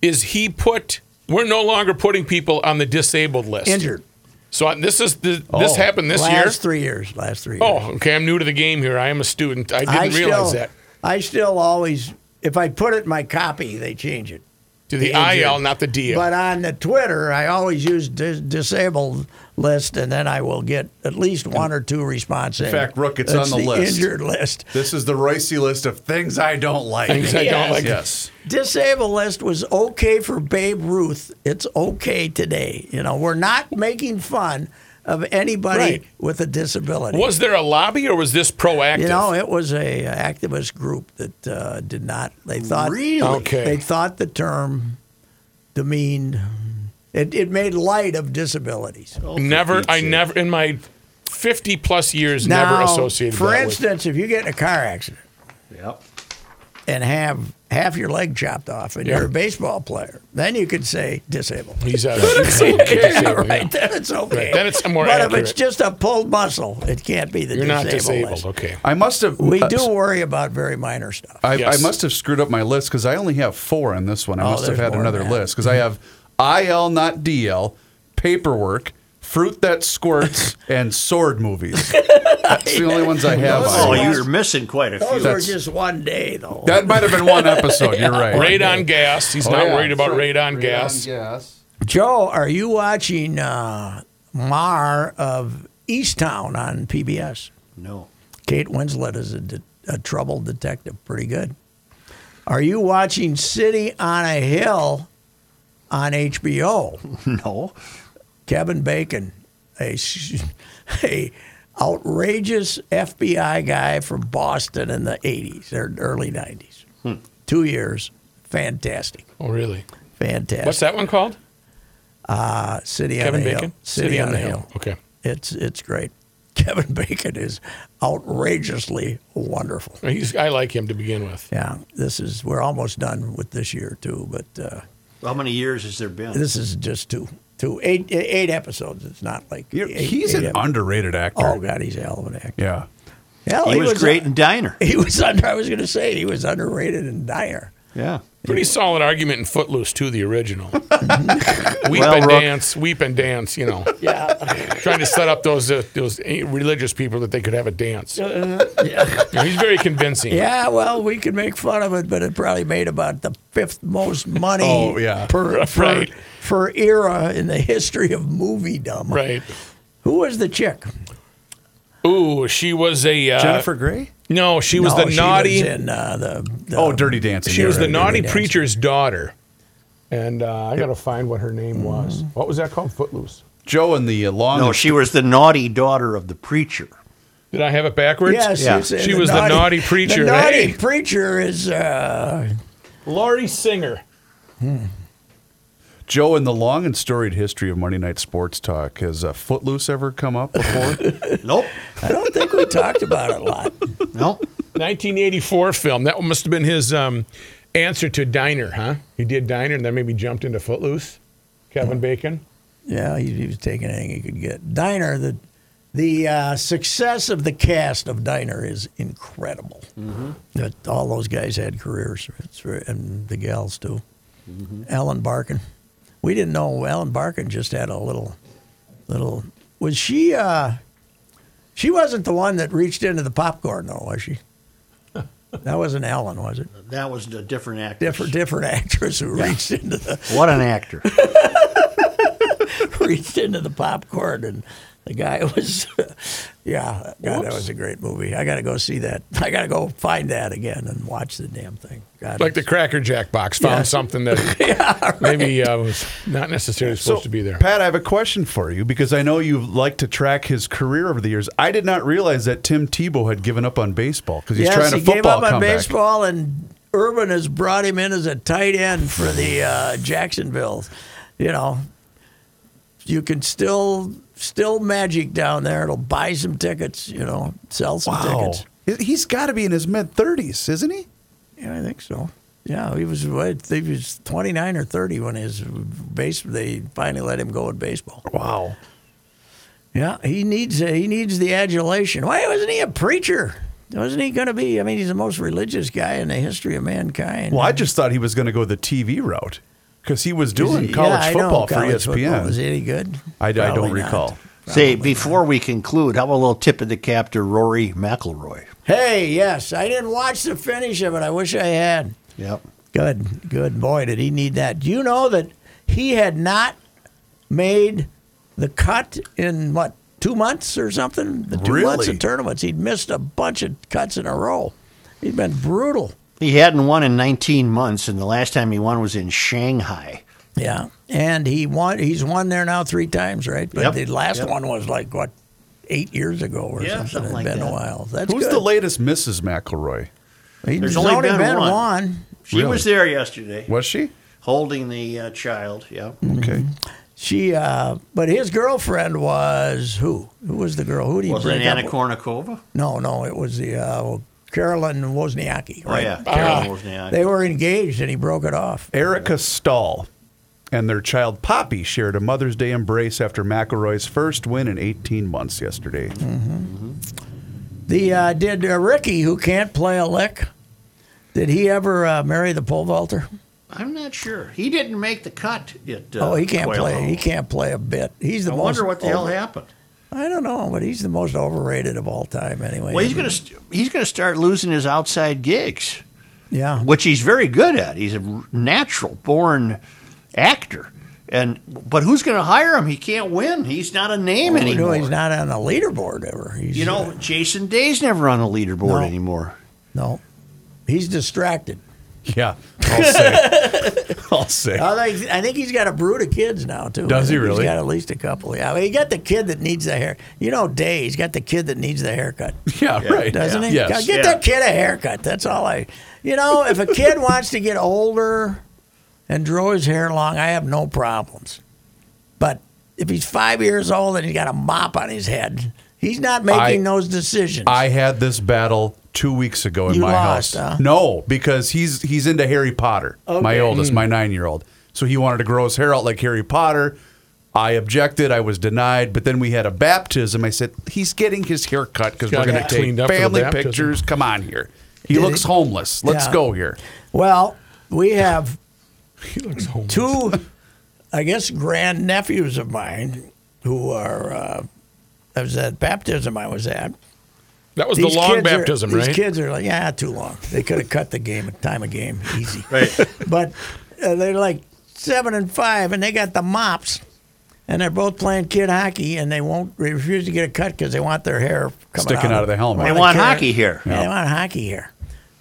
[SPEAKER 4] Is he put? We're no longer putting people on the disabled list.
[SPEAKER 2] Injured.
[SPEAKER 4] So I- this is the, this
[SPEAKER 3] Oh.
[SPEAKER 4] happened this
[SPEAKER 2] last
[SPEAKER 4] year.
[SPEAKER 2] three years. Last three years.
[SPEAKER 4] Oh, okay. I'm new to the game here. I am a student. I didn't realize
[SPEAKER 2] still,
[SPEAKER 4] that.
[SPEAKER 2] I still always, if I put it in my copy, they change it.
[SPEAKER 4] To the
[SPEAKER 2] injured.
[SPEAKER 4] IL, not the DL.
[SPEAKER 2] But on the Twitter, I always use dis- disabled list, and then I will get at least one or two responses.
[SPEAKER 3] In fact, Rook, it's on the list.
[SPEAKER 2] Injured list.
[SPEAKER 3] This is the Roycey list of things I don't like.
[SPEAKER 4] Things I don't
[SPEAKER 2] Yes.
[SPEAKER 4] like.
[SPEAKER 3] Yes.
[SPEAKER 2] Disabled list was okay for Babe Ruth. It's okay today. You know, we're not making fun of anybody
[SPEAKER 4] Right.
[SPEAKER 2] with a disability.
[SPEAKER 4] Was there a lobby or was this proactive?
[SPEAKER 2] You know, it was a uh, activist group that uh, did not. They thought
[SPEAKER 1] Really?
[SPEAKER 4] Okay.
[SPEAKER 2] They thought the term demeaned. It, it made light of disabilities.
[SPEAKER 4] never. I never in my 50 plus years never
[SPEAKER 2] Now,
[SPEAKER 4] associated.
[SPEAKER 2] for
[SPEAKER 4] that with.
[SPEAKER 2] instance, if you get in a car accident
[SPEAKER 1] Yep.
[SPEAKER 2] and have half your leg chopped off, and you're a baseball player, then you could say disabled.
[SPEAKER 4] he's
[SPEAKER 2] [LAUGHS]
[SPEAKER 4] out. Yeah,
[SPEAKER 2] All right, then it's okay.
[SPEAKER 4] Right, then it's more
[SPEAKER 2] But if it's
[SPEAKER 4] accurate.
[SPEAKER 2] just a pulled muscle, it can't be the
[SPEAKER 4] You're
[SPEAKER 2] disabled.
[SPEAKER 4] not disabled.
[SPEAKER 2] list.
[SPEAKER 4] Okay.
[SPEAKER 3] I must have.
[SPEAKER 2] We
[SPEAKER 3] uh,
[SPEAKER 2] do worry about very minor stuff.
[SPEAKER 3] I,
[SPEAKER 4] Yes.
[SPEAKER 3] I must have screwed up my list because I only have four on this one. I
[SPEAKER 2] Oh,
[SPEAKER 3] must have
[SPEAKER 2] there's
[SPEAKER 3] had
[SPEAKER 2] more
[SPEAKER 3] another
[SPEAKER 2] than that.
[SPEAKER 3] list because I have IL, not DL, paperwork, fruit that squirts, and sword movies. That's the only ones I have.
[SPEAKER 2] Those
[SPEAKER 3] on
[SPEAKER 1] Oh,
[SPEAKER 2] are
[SPEAKER 3] here.
[SPEAKER 1] you're missing quite a few.
[SPEAKER 2] Those were
[SPEAKER 3] That's-
[SPEAKER 2] just one day, though.
[SPEAKER 3] that might have been one episode. You're right.
[SPEAKER 4] Radon gas. He's
[SPEAKER 3] Oh,
[SPEAKER 4] not
[SPEAKER 3] yeah.
[SPEAKER 4] worried about
[SPEAKER 3] Sorry.
[SPEAKER 4] radon gas.
[SPEAKER 2] Joe, are you watching uh, Mar of Easttown on PBS?
[SPEAKER 1] No. [LAUGHS]
[SPEAKER 2] Kate Winslet is a, de- a troubled detective. Pretty good. Are you watching City on a Hill on
[SPEAKER 3] [LAUGHS]
[SPEAKER 2] HBO?
[SPEAKER 1] No.
[SPEAKER 2] Kevin Bacon, a, s- [LAUGHS] a outrageous FBI guy from Boston in the 80s or early 90s.
[SPEAKER 3] Hmm.
[SPEAKER 2] Two years. Fantastic.
[SPEAKER 4] Oh, really?
[SPEAKER 2] Fantastic.
[SPEAKER 4] What's that one called?
[SPEAKER 2] Uh, City on
[SPEAKER 4] Kevin
[SPEAKER 2] a
[SPEAKER 4] Bacon.
[SPEAKER 2] Hill. City, on, a Hill.
[SPEAKER 4] Okay.
[SPEAKER 2] It's it's great. [LAUGHS] Kevin Bacon is outrageously wonderful.
[SPEAKER 4] He's, I like him to begin with.
[SPEAKER 2] Yeah, this is we're almost done with this year too, but uh,
[SPEAKER 1] How many years has there been?
[SPEAKER 2] this is just two two, eight, eight episodes. It's not like
[SPEAKER 3] You're-
[SPEAKER 2] eight-
[SPEAKER 3] he's
[SPEAKER 2] eight
[SPEAKER 3] an
[SPEAKER 2] episodes.
[SPEAKER 3] underrated actor.
[SPEAKER 2] Oh God, he's a hell of an actor.
[SPEAKER 3] Yeah.
[SPEAKER 2] Hell, uh,
[SPEAKER 1] He, was, great in Diner.
[SPEAKER 2] He was under. I was going to say he was underrated and dire.
[SPEAKER 1] Yeah.
[SPEAKER 4] Pretty solid argument in Footloose too, the original. weep
[SPEAKER 1] Well,
[SPEAKER 4] and
[SPEAKER 1] Rook-
[SPEAKER 4] dance, weep and dance. You know,
[SPEAKER 2] [LAUGHS] Yeah,
[SPEAKER 4] trying to set up those uh, those religious people that they could have a dance. You know, he's very convincing.
[SPEAKER 2] yeah. Well, we could make fun of it, but it probably made about the fifth most money.
[SPEAKER 3] Oh, yeah.
[SPEAKER 2] per per,
[SPEAKER 4] [LAUGHS] Right.
[SPEAKER 2] per era in the history of moviedom.
[SPEAKER 4] Right.
[SPEAKER 2] Who was the chick?
[SPEAKER 4] Ooh, she was a uh,
[SPEAKER 3] Jennifer Grey?
[SPEAKER 4] No, she was
[SPEAKER 2] No,
[SPEAKER 4] the
[SPEAKER 2] she
[SPEAKER 4] naughty.
[SPEAKER 2] was in uh, the, the-
[SPEAKER 3] Oh, Dirty Dancing.
[SPEAKER 4] She
[SPEAKER 3] yeah,
[SPEAKER 4] was the
[SPEAKER 3] right.
[SPEAKER 4] naughty
[SPEAKER 2] Dirty Dancing.
[SPEAKER 4] preacher's daughter. And uh, I got to find what her name was.
[SPEAKER 2] Mm.
[SPEAKER 4] What was that called? Footloose.
[SPEAKER 3] Joe and the uh, long.
[SPEAKER 1] No, she was the naughty daughter of the preacher.
[SPEAKER 4] Did I have it backwards?
[SPEAKER 2] Yes,
[SPEAKER 1] Yeah.
[SPEAKER 2] you said
[SPEAKER 4] She was the naughty preacher.
[SPEAKER 2] The naughty
[SPEAKER 4] Hey.
[SPEAKER 2] preacher is uh,
[SPEAKER 4] Laurie Singer.
[SPEAKER 3] Joe and the long and storied history of Monday Night Sports Talk. Has uh, Footloose ever come up
[SPEAKER 4] [LAUGHS]
[SPEAKER 3] before?
[SPEAKER 1] Nope.
[SPEAKER 2] I don't think we talked about it a lot.
[SPEAKER 1] nope.
[SPEAKER 4] 1984 film. That must have been his um, answer to Diner, huh? He did Diner and then maybe jumped into Footloose. Kevin Bacon.
[SPEAKER 2] Yeah, he, he was taking anything he could get. Diner, the the uh, success of the cast of Diner is incredible. That all those guys had careers, it's very, and the gals too. Alan Barkin, we didn't know Alan Barkin just had a little, little. Was she? Uh, she wasn't the one that reached into the popcorn, though, was she? That wasn't Alan, was it?
[SPEAKER 1] That was a different actor.
[SPEAKER 2] Different, different [LAUGHS] actress who reached into the
[SPEAKER 1] What an actor.
[SPEAKER 2] [LAUGHS] reached into the popcorn and the guy [LAUGHS] was yeah god that was a great movie i gotta go see that [LAUGHS] i gotta go find that again and watch the damn thing god
[SPEAKER 4] Like the
[SPEAKER 2] it's-
[SPEAKER 4] Cracker Jack box. Found
[SPEAKER 2] Yeah. [LAUGHS]
[SPEAKER 4] something that maybe uh, was not necessarily supposed to be there.
[SPEAKER 3] Pat, I have a question for you because I know you like to track his career over the years. I did not realize that Tim Tebow had given up on baseball because he's
[SPEAKER 2] yes
[SPEAKER 3] trying to
[SPEAKER 2] he
[SPEAKER 3] football
[SPEAKER 2] gave up on
[SPEAKER 3] comeback.
[SPEAKER 2] baseball and urban has brought him in as a tight end for the uh, jacksonville you know you can still still magic down there it'll buy some tickets you know sell some
[SPEAKER 3] Wow.
[SPEAKER 2] tickets
[SPEAKER 3] He- He's got to be in his mid 30s, isn't he?
[SPEAKER 2] Yeah, I think so. Yeah, he was I think he was 29 or 30 when his base they finally let him go in baseball.
[SPEAKER 3] Wow.
[SPEAKER 2] Yeah, he needs he needs the adulation. Why wasn't he a preacher? Wasn't he going to be? I mean, he's the most religious guy in the history of mankind.
[SPEAKER 3] Well, I just thought he was going to go the TV route because he was doing
[SPEAKER 2] Yeah,
[SPEAKER 3] college
[SPEAKER 2] I know,
[SPEAKER 3] football for E
[SPEAKER 2] college
[SPEAKER 3] ESPN.
[SPEAKER 2] football. Was he any good?
[SPEAKER 3] I, I
[SPEAKER 2] Probably
[SPEAKER 3] don't
[SPEAKER 2] not.
[SPEAKER 3] recall.
[SPEAKER 1] Say, before we conclude, how about a little tip of the cap to Rory McIlroy?
[SPEAKER 2] Hey, yes, I didn't watch the finish of it. I wish I had.
[SPEAKER 1] Yep.
[SPEAKER 2] Good, good boy. Did he need that? Do you know that he had not made the cut in what two months or something? The two months
[SPEAKER 3] Really?
[SPEAKER 2] of tournaments, he'd missed a bunch of cuts in a row. He'd been brutal.
[SPEAKER 1] He hadn't won in 19 months, and the last time he won was in Shanghai.
[SPEAKER 2] Yeah, and he won. He's won there now three times, right? But
[SPEAKER 1] Yep.
[SPEAKER 2] the last
[SPEAKER 1] Yep.
[SPEAKER 2] one was like what eight years ago or
[SPEAKER 1] Yeah,
[SPEAKER 2] something.
[SPEAKER 1] something
[SPEAKER 2] It's
[SPEAKER 1] like
[SPEAKER 2] been
[SPEAKER 1] that.
[SPEAKER 2] a while. That's
[SPEAKER 3] Who's
[SPEAKER 2] good.
[SPEAKER 3] the latest Mrs. McElroy?
[SPEAKER 2] He's
[SPEAKER 1] There's only been one. She
[SPEAKER 3] Really?
[SPEAKER 1] was there yesterday,
[SPEAKER 3] Was she?
[SPEAKER 1] holding the uh, child. Yeah.
[SPEAKER 3] Okay.
[SPEAKER 2] Mm-hmm. She, uh, but his girlfriend was who? Who was the girl? Who did he
[SPEAKER 1] Was it
[SPEAKER 2] break up
[SPEAKER 1] Anna Oh,
[SPEAKER 2] with?
[SPEAKER 1] Kournikova?
[SPEAKER 2] No, no, it was the uh, Carolyn Wozniacki.
[SPEAKER 1] Oh
[SPEAKER 2] Right?
[SPEAKER 1] yeah,
[SPEAKER 4] Ah.
[SPEAKER 1] Carolyn Wozniak.
[SPEAKER 2] They were engaged, and he broke it off.
[SPEAKER 3] Erica Stahl and their child Poppy shared a Mother's Day embrace after McElroy's first win in 18 months yesterday.
[SPEAKER 2] Mm. The uh, did uh, Ricky, who can't play a lick, did he ever uh, marry the pole vaulter?
[SPEAKER 1] I'm not sure. He didn't make the cut. At, uh,
[SPEAKER 2] oh, he can't
[SPEAKER 1] Quail
[SPEAKER 2] play.
[SPEAKER 1] Hollow.
[SPEAKER 2] He can't Oh. play a bit. He's the
[SPEAKER 1] I
[SPEAKER 2] most.
[SPEAKER 1] wonder what the hell
[SPEAKER 2] over-
[SPEAKER 1] happened.
[SPEAKER 2] I don't know, but he's the most overrated of all time. Anyway,
[SPEAKER 1] Well, he's gonna st- he's gonna start losing his outside gigs,
[SPEAKER 2] Yeah,
[SPEAKER 1] which he's very good at. He's a r- natural born actor. And but who's going to hire him? He can't win. He's not a name
[SPEAKER 2] Oh,
[SPEAKER 1] anymore.
[SPEAKER 2] no, he's not on the leaderboard ever. He's,
[SPEAKER 1] You know,
[SPEAKER 2] uh,
[SPEAKER 1] Jason Day's never on a leaderboard
[SPEAKER 2] No.
[SPEAKER 1] anymore.
[SPEAKER 2] no, he's distracted.
[SPEAKER 3] Yeah, I'll say.
[SPEAKER 2] [LAUGHS]
[SPEAKER 3] I'll say.
[SPEAKER 2] I think, I think he's got a brood of kids now too.
[SPEAKER 3] Does
[SPEAKER 2] I
[SPEAKER 3] he
[SPEAKER 2] think
[SPEAKER 3] really?
[SPEAKER 2] He's got at least a couple. Yeah, I mean, he got the kid that needs the hair. You know, Day. He's got the kid that needs the haircut,
[SPEAKER 3] [LAUGHS] Yeah, right.
[SPEAKER 2] doesn't he?
[SPEAKER 3] Yes.
[SPEAKER 2] God, Get that kid a haircut. That's all I. You know, if a kid wants to get older and grow his hair long, I have no problems. But if he's five years old and he's got a mop on his head, he's not making
[SPEAKER 3] I-
[SPEAKER 2] those decisions.
[SPEAKER 3] I had this battle two weeks ago in
[SPEAKER 2] You
[SPEAKER 3] my
[SPEAKER 2] lost,
[SPEAKER 3] house.
[SPEAKER 2] huh?
[SPEAKER 3] No, because he's he's into Harry Potter. My
[SPEAKER 2] Okay. Hmm.
[SPEAKER 3] oldest, my nine year old. So he wanted to grow his hair out like Harry Potter. I objected. I was denied. But then we had a baptism. I said, he's getting his hair cut because we're
[SPEAKER 4] Gotta
[SPEAKER 3] going
[SPEAKER 4] get
[SPEAKER 3] to take
[SPEAKER 4] cleaned up for the
[SPEAKER 3] family
[SPEAKER 4] baptism.
[SPEAKER 3] pictures. Come on here. He
[SPEAKER 2] Did
[SPEAKER 3] looks
[SPEAKER 2] it?
[SPEAKER 3] homeless. Let's
[SPEAKER 2] Yeah.
[SPEAKER 3] go here.
[SPEAKER 2] Well, we have
[SPEAKER 4] He looks homeless.
[SPEAKER 2] two, I guess, grand nephews of mine who are. Uh, I was at baptism I was at.
[SPEAKER 4] That was the
[SPEAKER 2] These
[SPEAKER 4] long
[SPEAKER 2] kids are-
[SPEAKER 4] baptism, right?
[SPEAKER 2] These kids are like, yeah, too long. They could have cut the game at time of game,
[SPEAKER 4] [LAUGHS]
[SPEAKER 2] easy.
[SPEAKER 1] Right.
[SPEAKER 2] But uh, they're like seven and five, and they got the mops, and they're both playing kid hockey, and they won't they refuse to get a cut because they want their hair coming
[SPEAKER 3] Sticking out of the helmet.
[SPEAKER 1] They
[SPEAKER 3] They
[SPEAKER 1] want
[SPEAKER 2] care.
[SPEAKER 1] hockey here.
[SPEAKER 2] Yeah, They want hockey hair.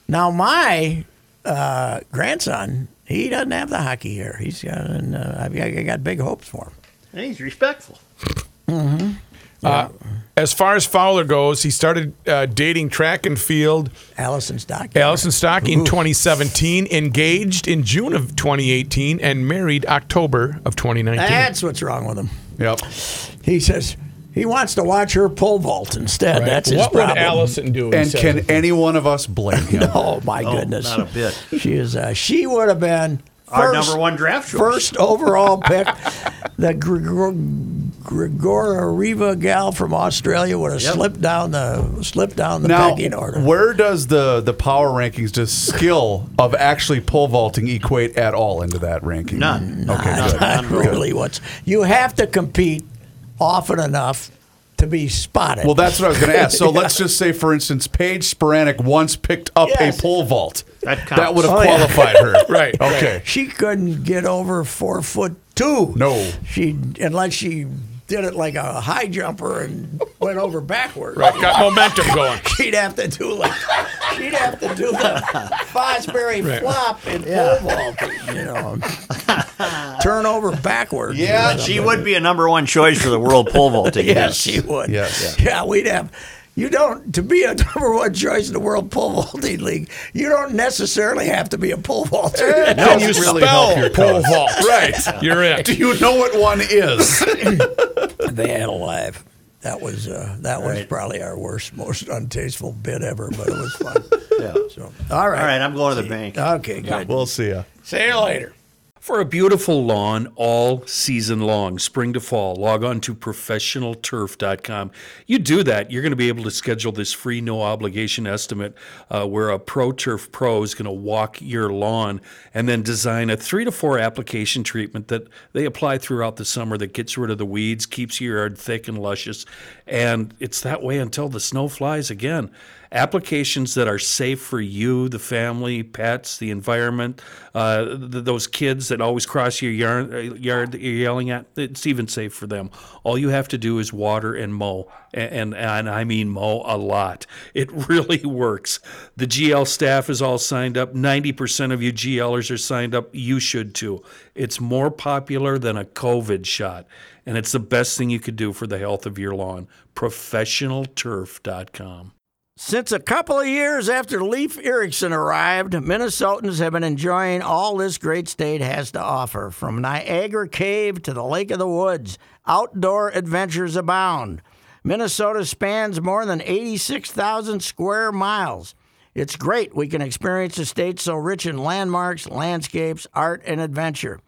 [SPEAKER 2] Now my uh, grandson, he doesn't have the hockey hair. He's got, and uh, I've got, I got big hopes for him.
[SPEAKER 1] And he's respectful.
[SPEAKER 4] Uh, As far as Fowler goes, he started uh, dating track and field
[SPEAKER 2] Allison's doc.
[SPEAKER 4] Allison Stocky in 2017, engaged in June of 2018, and married October of 2019.
[SPEAKER 2] That's what's wrong with him.
[SPEAKER 3] Yep.
[SPEAKER 2] He says he wants to watch her pole vault instead. That's his
[SPEAKER 4] what
[SPEAKER 2] problem.
[SPEAKER 4] would Allison do? he
[SPEAKER 3] And
[SPEAKER 4] says?
[SPEAKER 3] can any one of us blame him?
[SPEAKER 2] [LAUGHS] Oh my goodness!
[SPEAKER 1] not a bit.
[SPEAKER 2] She is. Uh, she would have been first,
[SPEAKER 1] Our number one draft choice.
[SPEAKER 2] first overall pick. the Grigor, Grigora Riva gal from Australia would have
[SPEAKER 1] Yep.
[SPEAKER 2] slipped down the slipped down the
[SPEAKER 3] Now,
[SPEAKER 2] pecking order.
[SPEAKER 3] where does the, the power rankings, does skill of actually pole vaulting equate at all into that ranking?
[SPEAKER 2] Mm,
[SPEAKER 1] None.
[SPEAKER 3] Okay,
[SPEAKER 1] None.
[SPEAKER 3] good.
[SPEAKER 1] Not
[SPEAKER 2] [LAUGHS]
[SPEAKER 1] at
[SPEAKER 2] Not
[SPEAKER 1] all.
[SPEAKER 2] really what's you have to compete often enough to be spotted.
[SPEAKER 3] Well, that's what I was going to
[SPEAKER 2] [LAUGHS]
[SPEAKER 3] ask. So let's just say, for instance, Paige Sporanic once picked up
[SPEAKER 2] Yes.
[SPEAKER 3] a pole vault.
[SPEAKER 1] That counts.
[SPEAKER 3] would have
[SPEAKER 2] Oh, yeah.
[SPEAKER 3] qualified her.
[SPEAKER 4] Right, right.
[SPEAKER 3] Okay.
[SPEAKER 2] she couldn't get over four foot two.
[SPEAKER 3] No.
[SPEAKER 2] she unless she did it like a high jumper and went over backwards.
[SPEAKER 4] Right, got momentum going.
[SPEAKER 2] She'd have to do like she'd have to do the Fosbury
[SPEAKER 4] Right.
[SPEAKER 2] flop in pole vaulting, you know, turn over backwards.
[SPEAKER 3] Yeah,
[SPEAKER 1] She would be a number one choice for the world pole
[SPEAKER 2] [LAUGHS]
[SPEAKER 1] vaulting.
[SPEAKER 2] yes, she would.
[SPEAKER 3] Yes.
[SPEAKER 2] yeah, we'd have. You don't to be a [LAUGHS] number one choice in the world pole vaulting league. You don't necessarily have to be a pole vaulter.
[SPEAKER 4] Can you
[SPEAKER 3] doesn't really help
[SPEAKER 4] spell
[SPEAKER 3] your
[SPEAKER 4] pole
[SPEAKER 3] cause.
[SPEAKER 4] vault? Right, you're
[SPEAKER 3] Do
[SPEAKER 4] it.
[SPEAKER 3] you know what one is?
[SPEAKER 2] they had alive. That was uh, that was
[SPEAKER 1] Right.
[SPEAKER 2] probably our worst, most untasteful bit ever, but it was fun.
[SPEAKER 1] Yeah.
[SPEAKER 2] So, all right,
[SPEAKER 1] All right, I'm going to the bank.
[SPEAKER 2] okay, good.
[SPEAKER 3] we'll see ya.
[SPEAKER 2] See you later.
[SPEAKER 5] For a beautiful lawn all season long, spring to fall, log on to professionalturf.com. You do that, you're going to be able to schedule this free, no obligation estimate uh, where a Pro Turf Pro is going to walk your lawn and then design a three to four application treatment that they apply throughout the summer that gets rid of the weeds, keeps your yard thick and luscious. And it's that way until the snow flies again applications that are safe for you, the family, pets, the environment, uh, th- those kids that always cross your yard, uh, yard that you're yelling at. It's even safe for them. All you have to do is water and mow, a- and, and, and I mean mow a lot. It [LAUGHS] really works. The GL staff is all signed up. 90% of you GLers are signed up. You should too. It's more popular than a COVID shot, and it's the best thing you could do for the health of your lawn. ProfessionalTurf.com.
[SPEAKER 2] Since a couple of years after Leif Erikson arrived, Minnesotans have been enjoying all this great state has to offer. From Niagara Cave to the Lake of the Woods, outdoor adventures abound. Minnesota spans more than 86,000 square miles. It's great we can experience a state so rich in landmarks, landscapes, art, and adventure.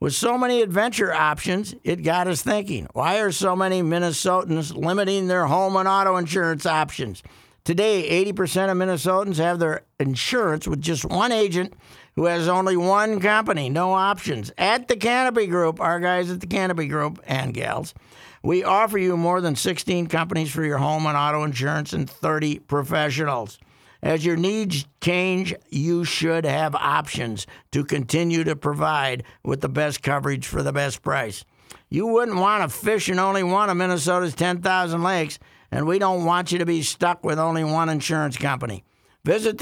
[SPEAKER 2] With so many adventure options, it got us thinking why are so many Minnesotans limiting their home and auto insurance options? Today, 80% of Minnesotans have their insurance with just one agent who has only one company, no options. At the Canopy Group, our guys at the Canopy Group and gals, we offer you more than 16 companies for your home and auto insurance and 30 professionals. As your needs change, you should have options to continue to provide with the best coverage for the best price. You wouldn't want to fish in only one of Minnesota's 10,000 lakes, and we don't want you to be stuck with only one insurance company. Visit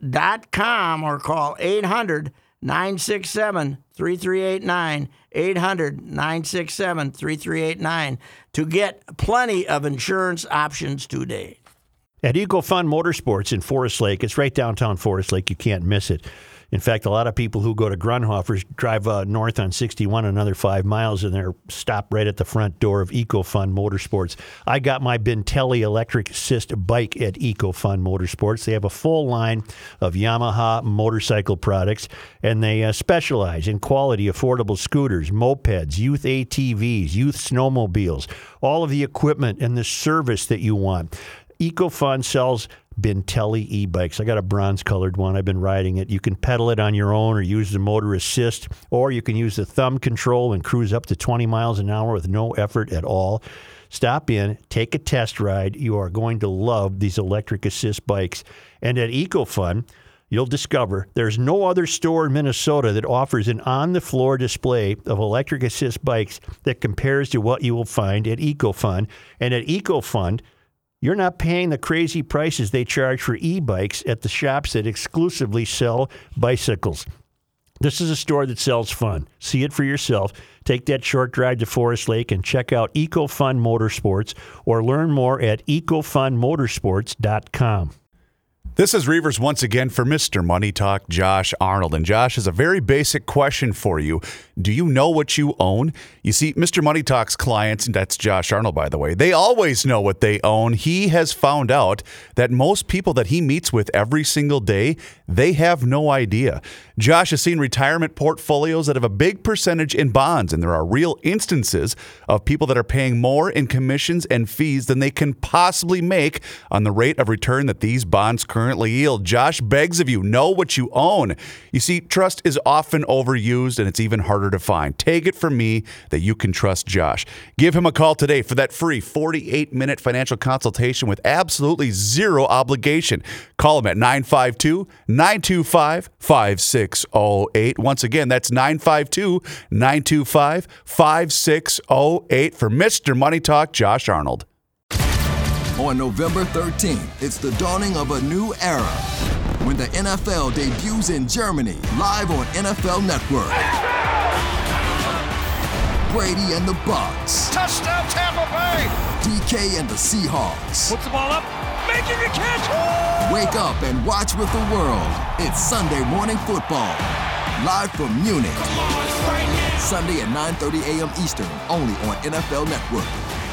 [SPEAKER 2] thecanopygroup.com or call 800 967 3389, 800 967 3389 to get plenty of insurance options today.
[SPEAKER 6] At Eagle Fund Motorsports in Forest Lake, it's right downtown Forest Lake. You can't miss it.
[SPEAKER 1] In fact, a lot of people who go to Grunhofer's drive uh, north on 61 another five miles and they're stopped right at the front door of EcoFund Motorsports. I got my Bentelli electric assist bike at EcoFund Motorsports. They have a full line of Yamaha motorcycle products and they uh, specialize in quality, affordable scooters, mopeds, youth ATVs, youth snowmobiles, all of the equipment and the service that you want. EcoFund sells Bintelli e bikes. I got a bronze colored one. I've been riding it. You can pedal it on your own or use the motor assist, or you can use the thumb control and cruise up to 20 miles an hour with no effort at all. Stop in, take a test ride. You are going to love these electric assist bikes. And at EcoFund, you'll discover there's no other store in Minnesota that offers an on the floor display of electric assist bikes that compares to what you will find at EcoFund. And at EcoFund, you're not paying the crazy prices they charge for e bikes at the shops that exclusively sell bicycles. This is a store that sells fun. See it for yourself. Take that short drive to Forest Lake and check out EcoFun Motorsports or learn more at EcoFunMotorsports.com.
[SPEAKER 3] This is Reavers once again for Mr. Money Talk, Josh Arnold. And Josh has a very basic question for you. Do you know what you own? You see, Mr. Money Talk's clients, and that's Josh Arnold, by the way, they always know what they own. He has found out that most people that he meets with every single day, they have no idea. Josh has seen retirement portfolios that have a big percentage in bonds, and there are real instances of people that are paying more in commissions and fees than they can possibly make on the rate of return that these bonds currently yield. Josh begs of you, know what you own. You see, trust is often overused and it's even harder to find. Take it from me that you can trust Josh. Give him a call today for that free 48 minute financial consultation with absolutely zero obligation. Call him at 952 925 5608. Once again, that's 952 925 5608 for Mr. Money Talk, Josh Arnold.
[SPEAKER 6] On November 13th, it's the dawning of a new era when the NFL debuts in Germany, live on NFL Network. Brady and the Bucks.
[SPEAKER 7] Touchdown Tampa Bay!
[SPEAKER 6] DK and the Seahawks.
[SPEAKER 7] Puts the ball up, making a catch!
[SPEAKER 6] Wake up and watch with the world. It's Sunday morning football. Live from Munich. Sunday at 9:30 a.m. Eastern, only on NFL Network.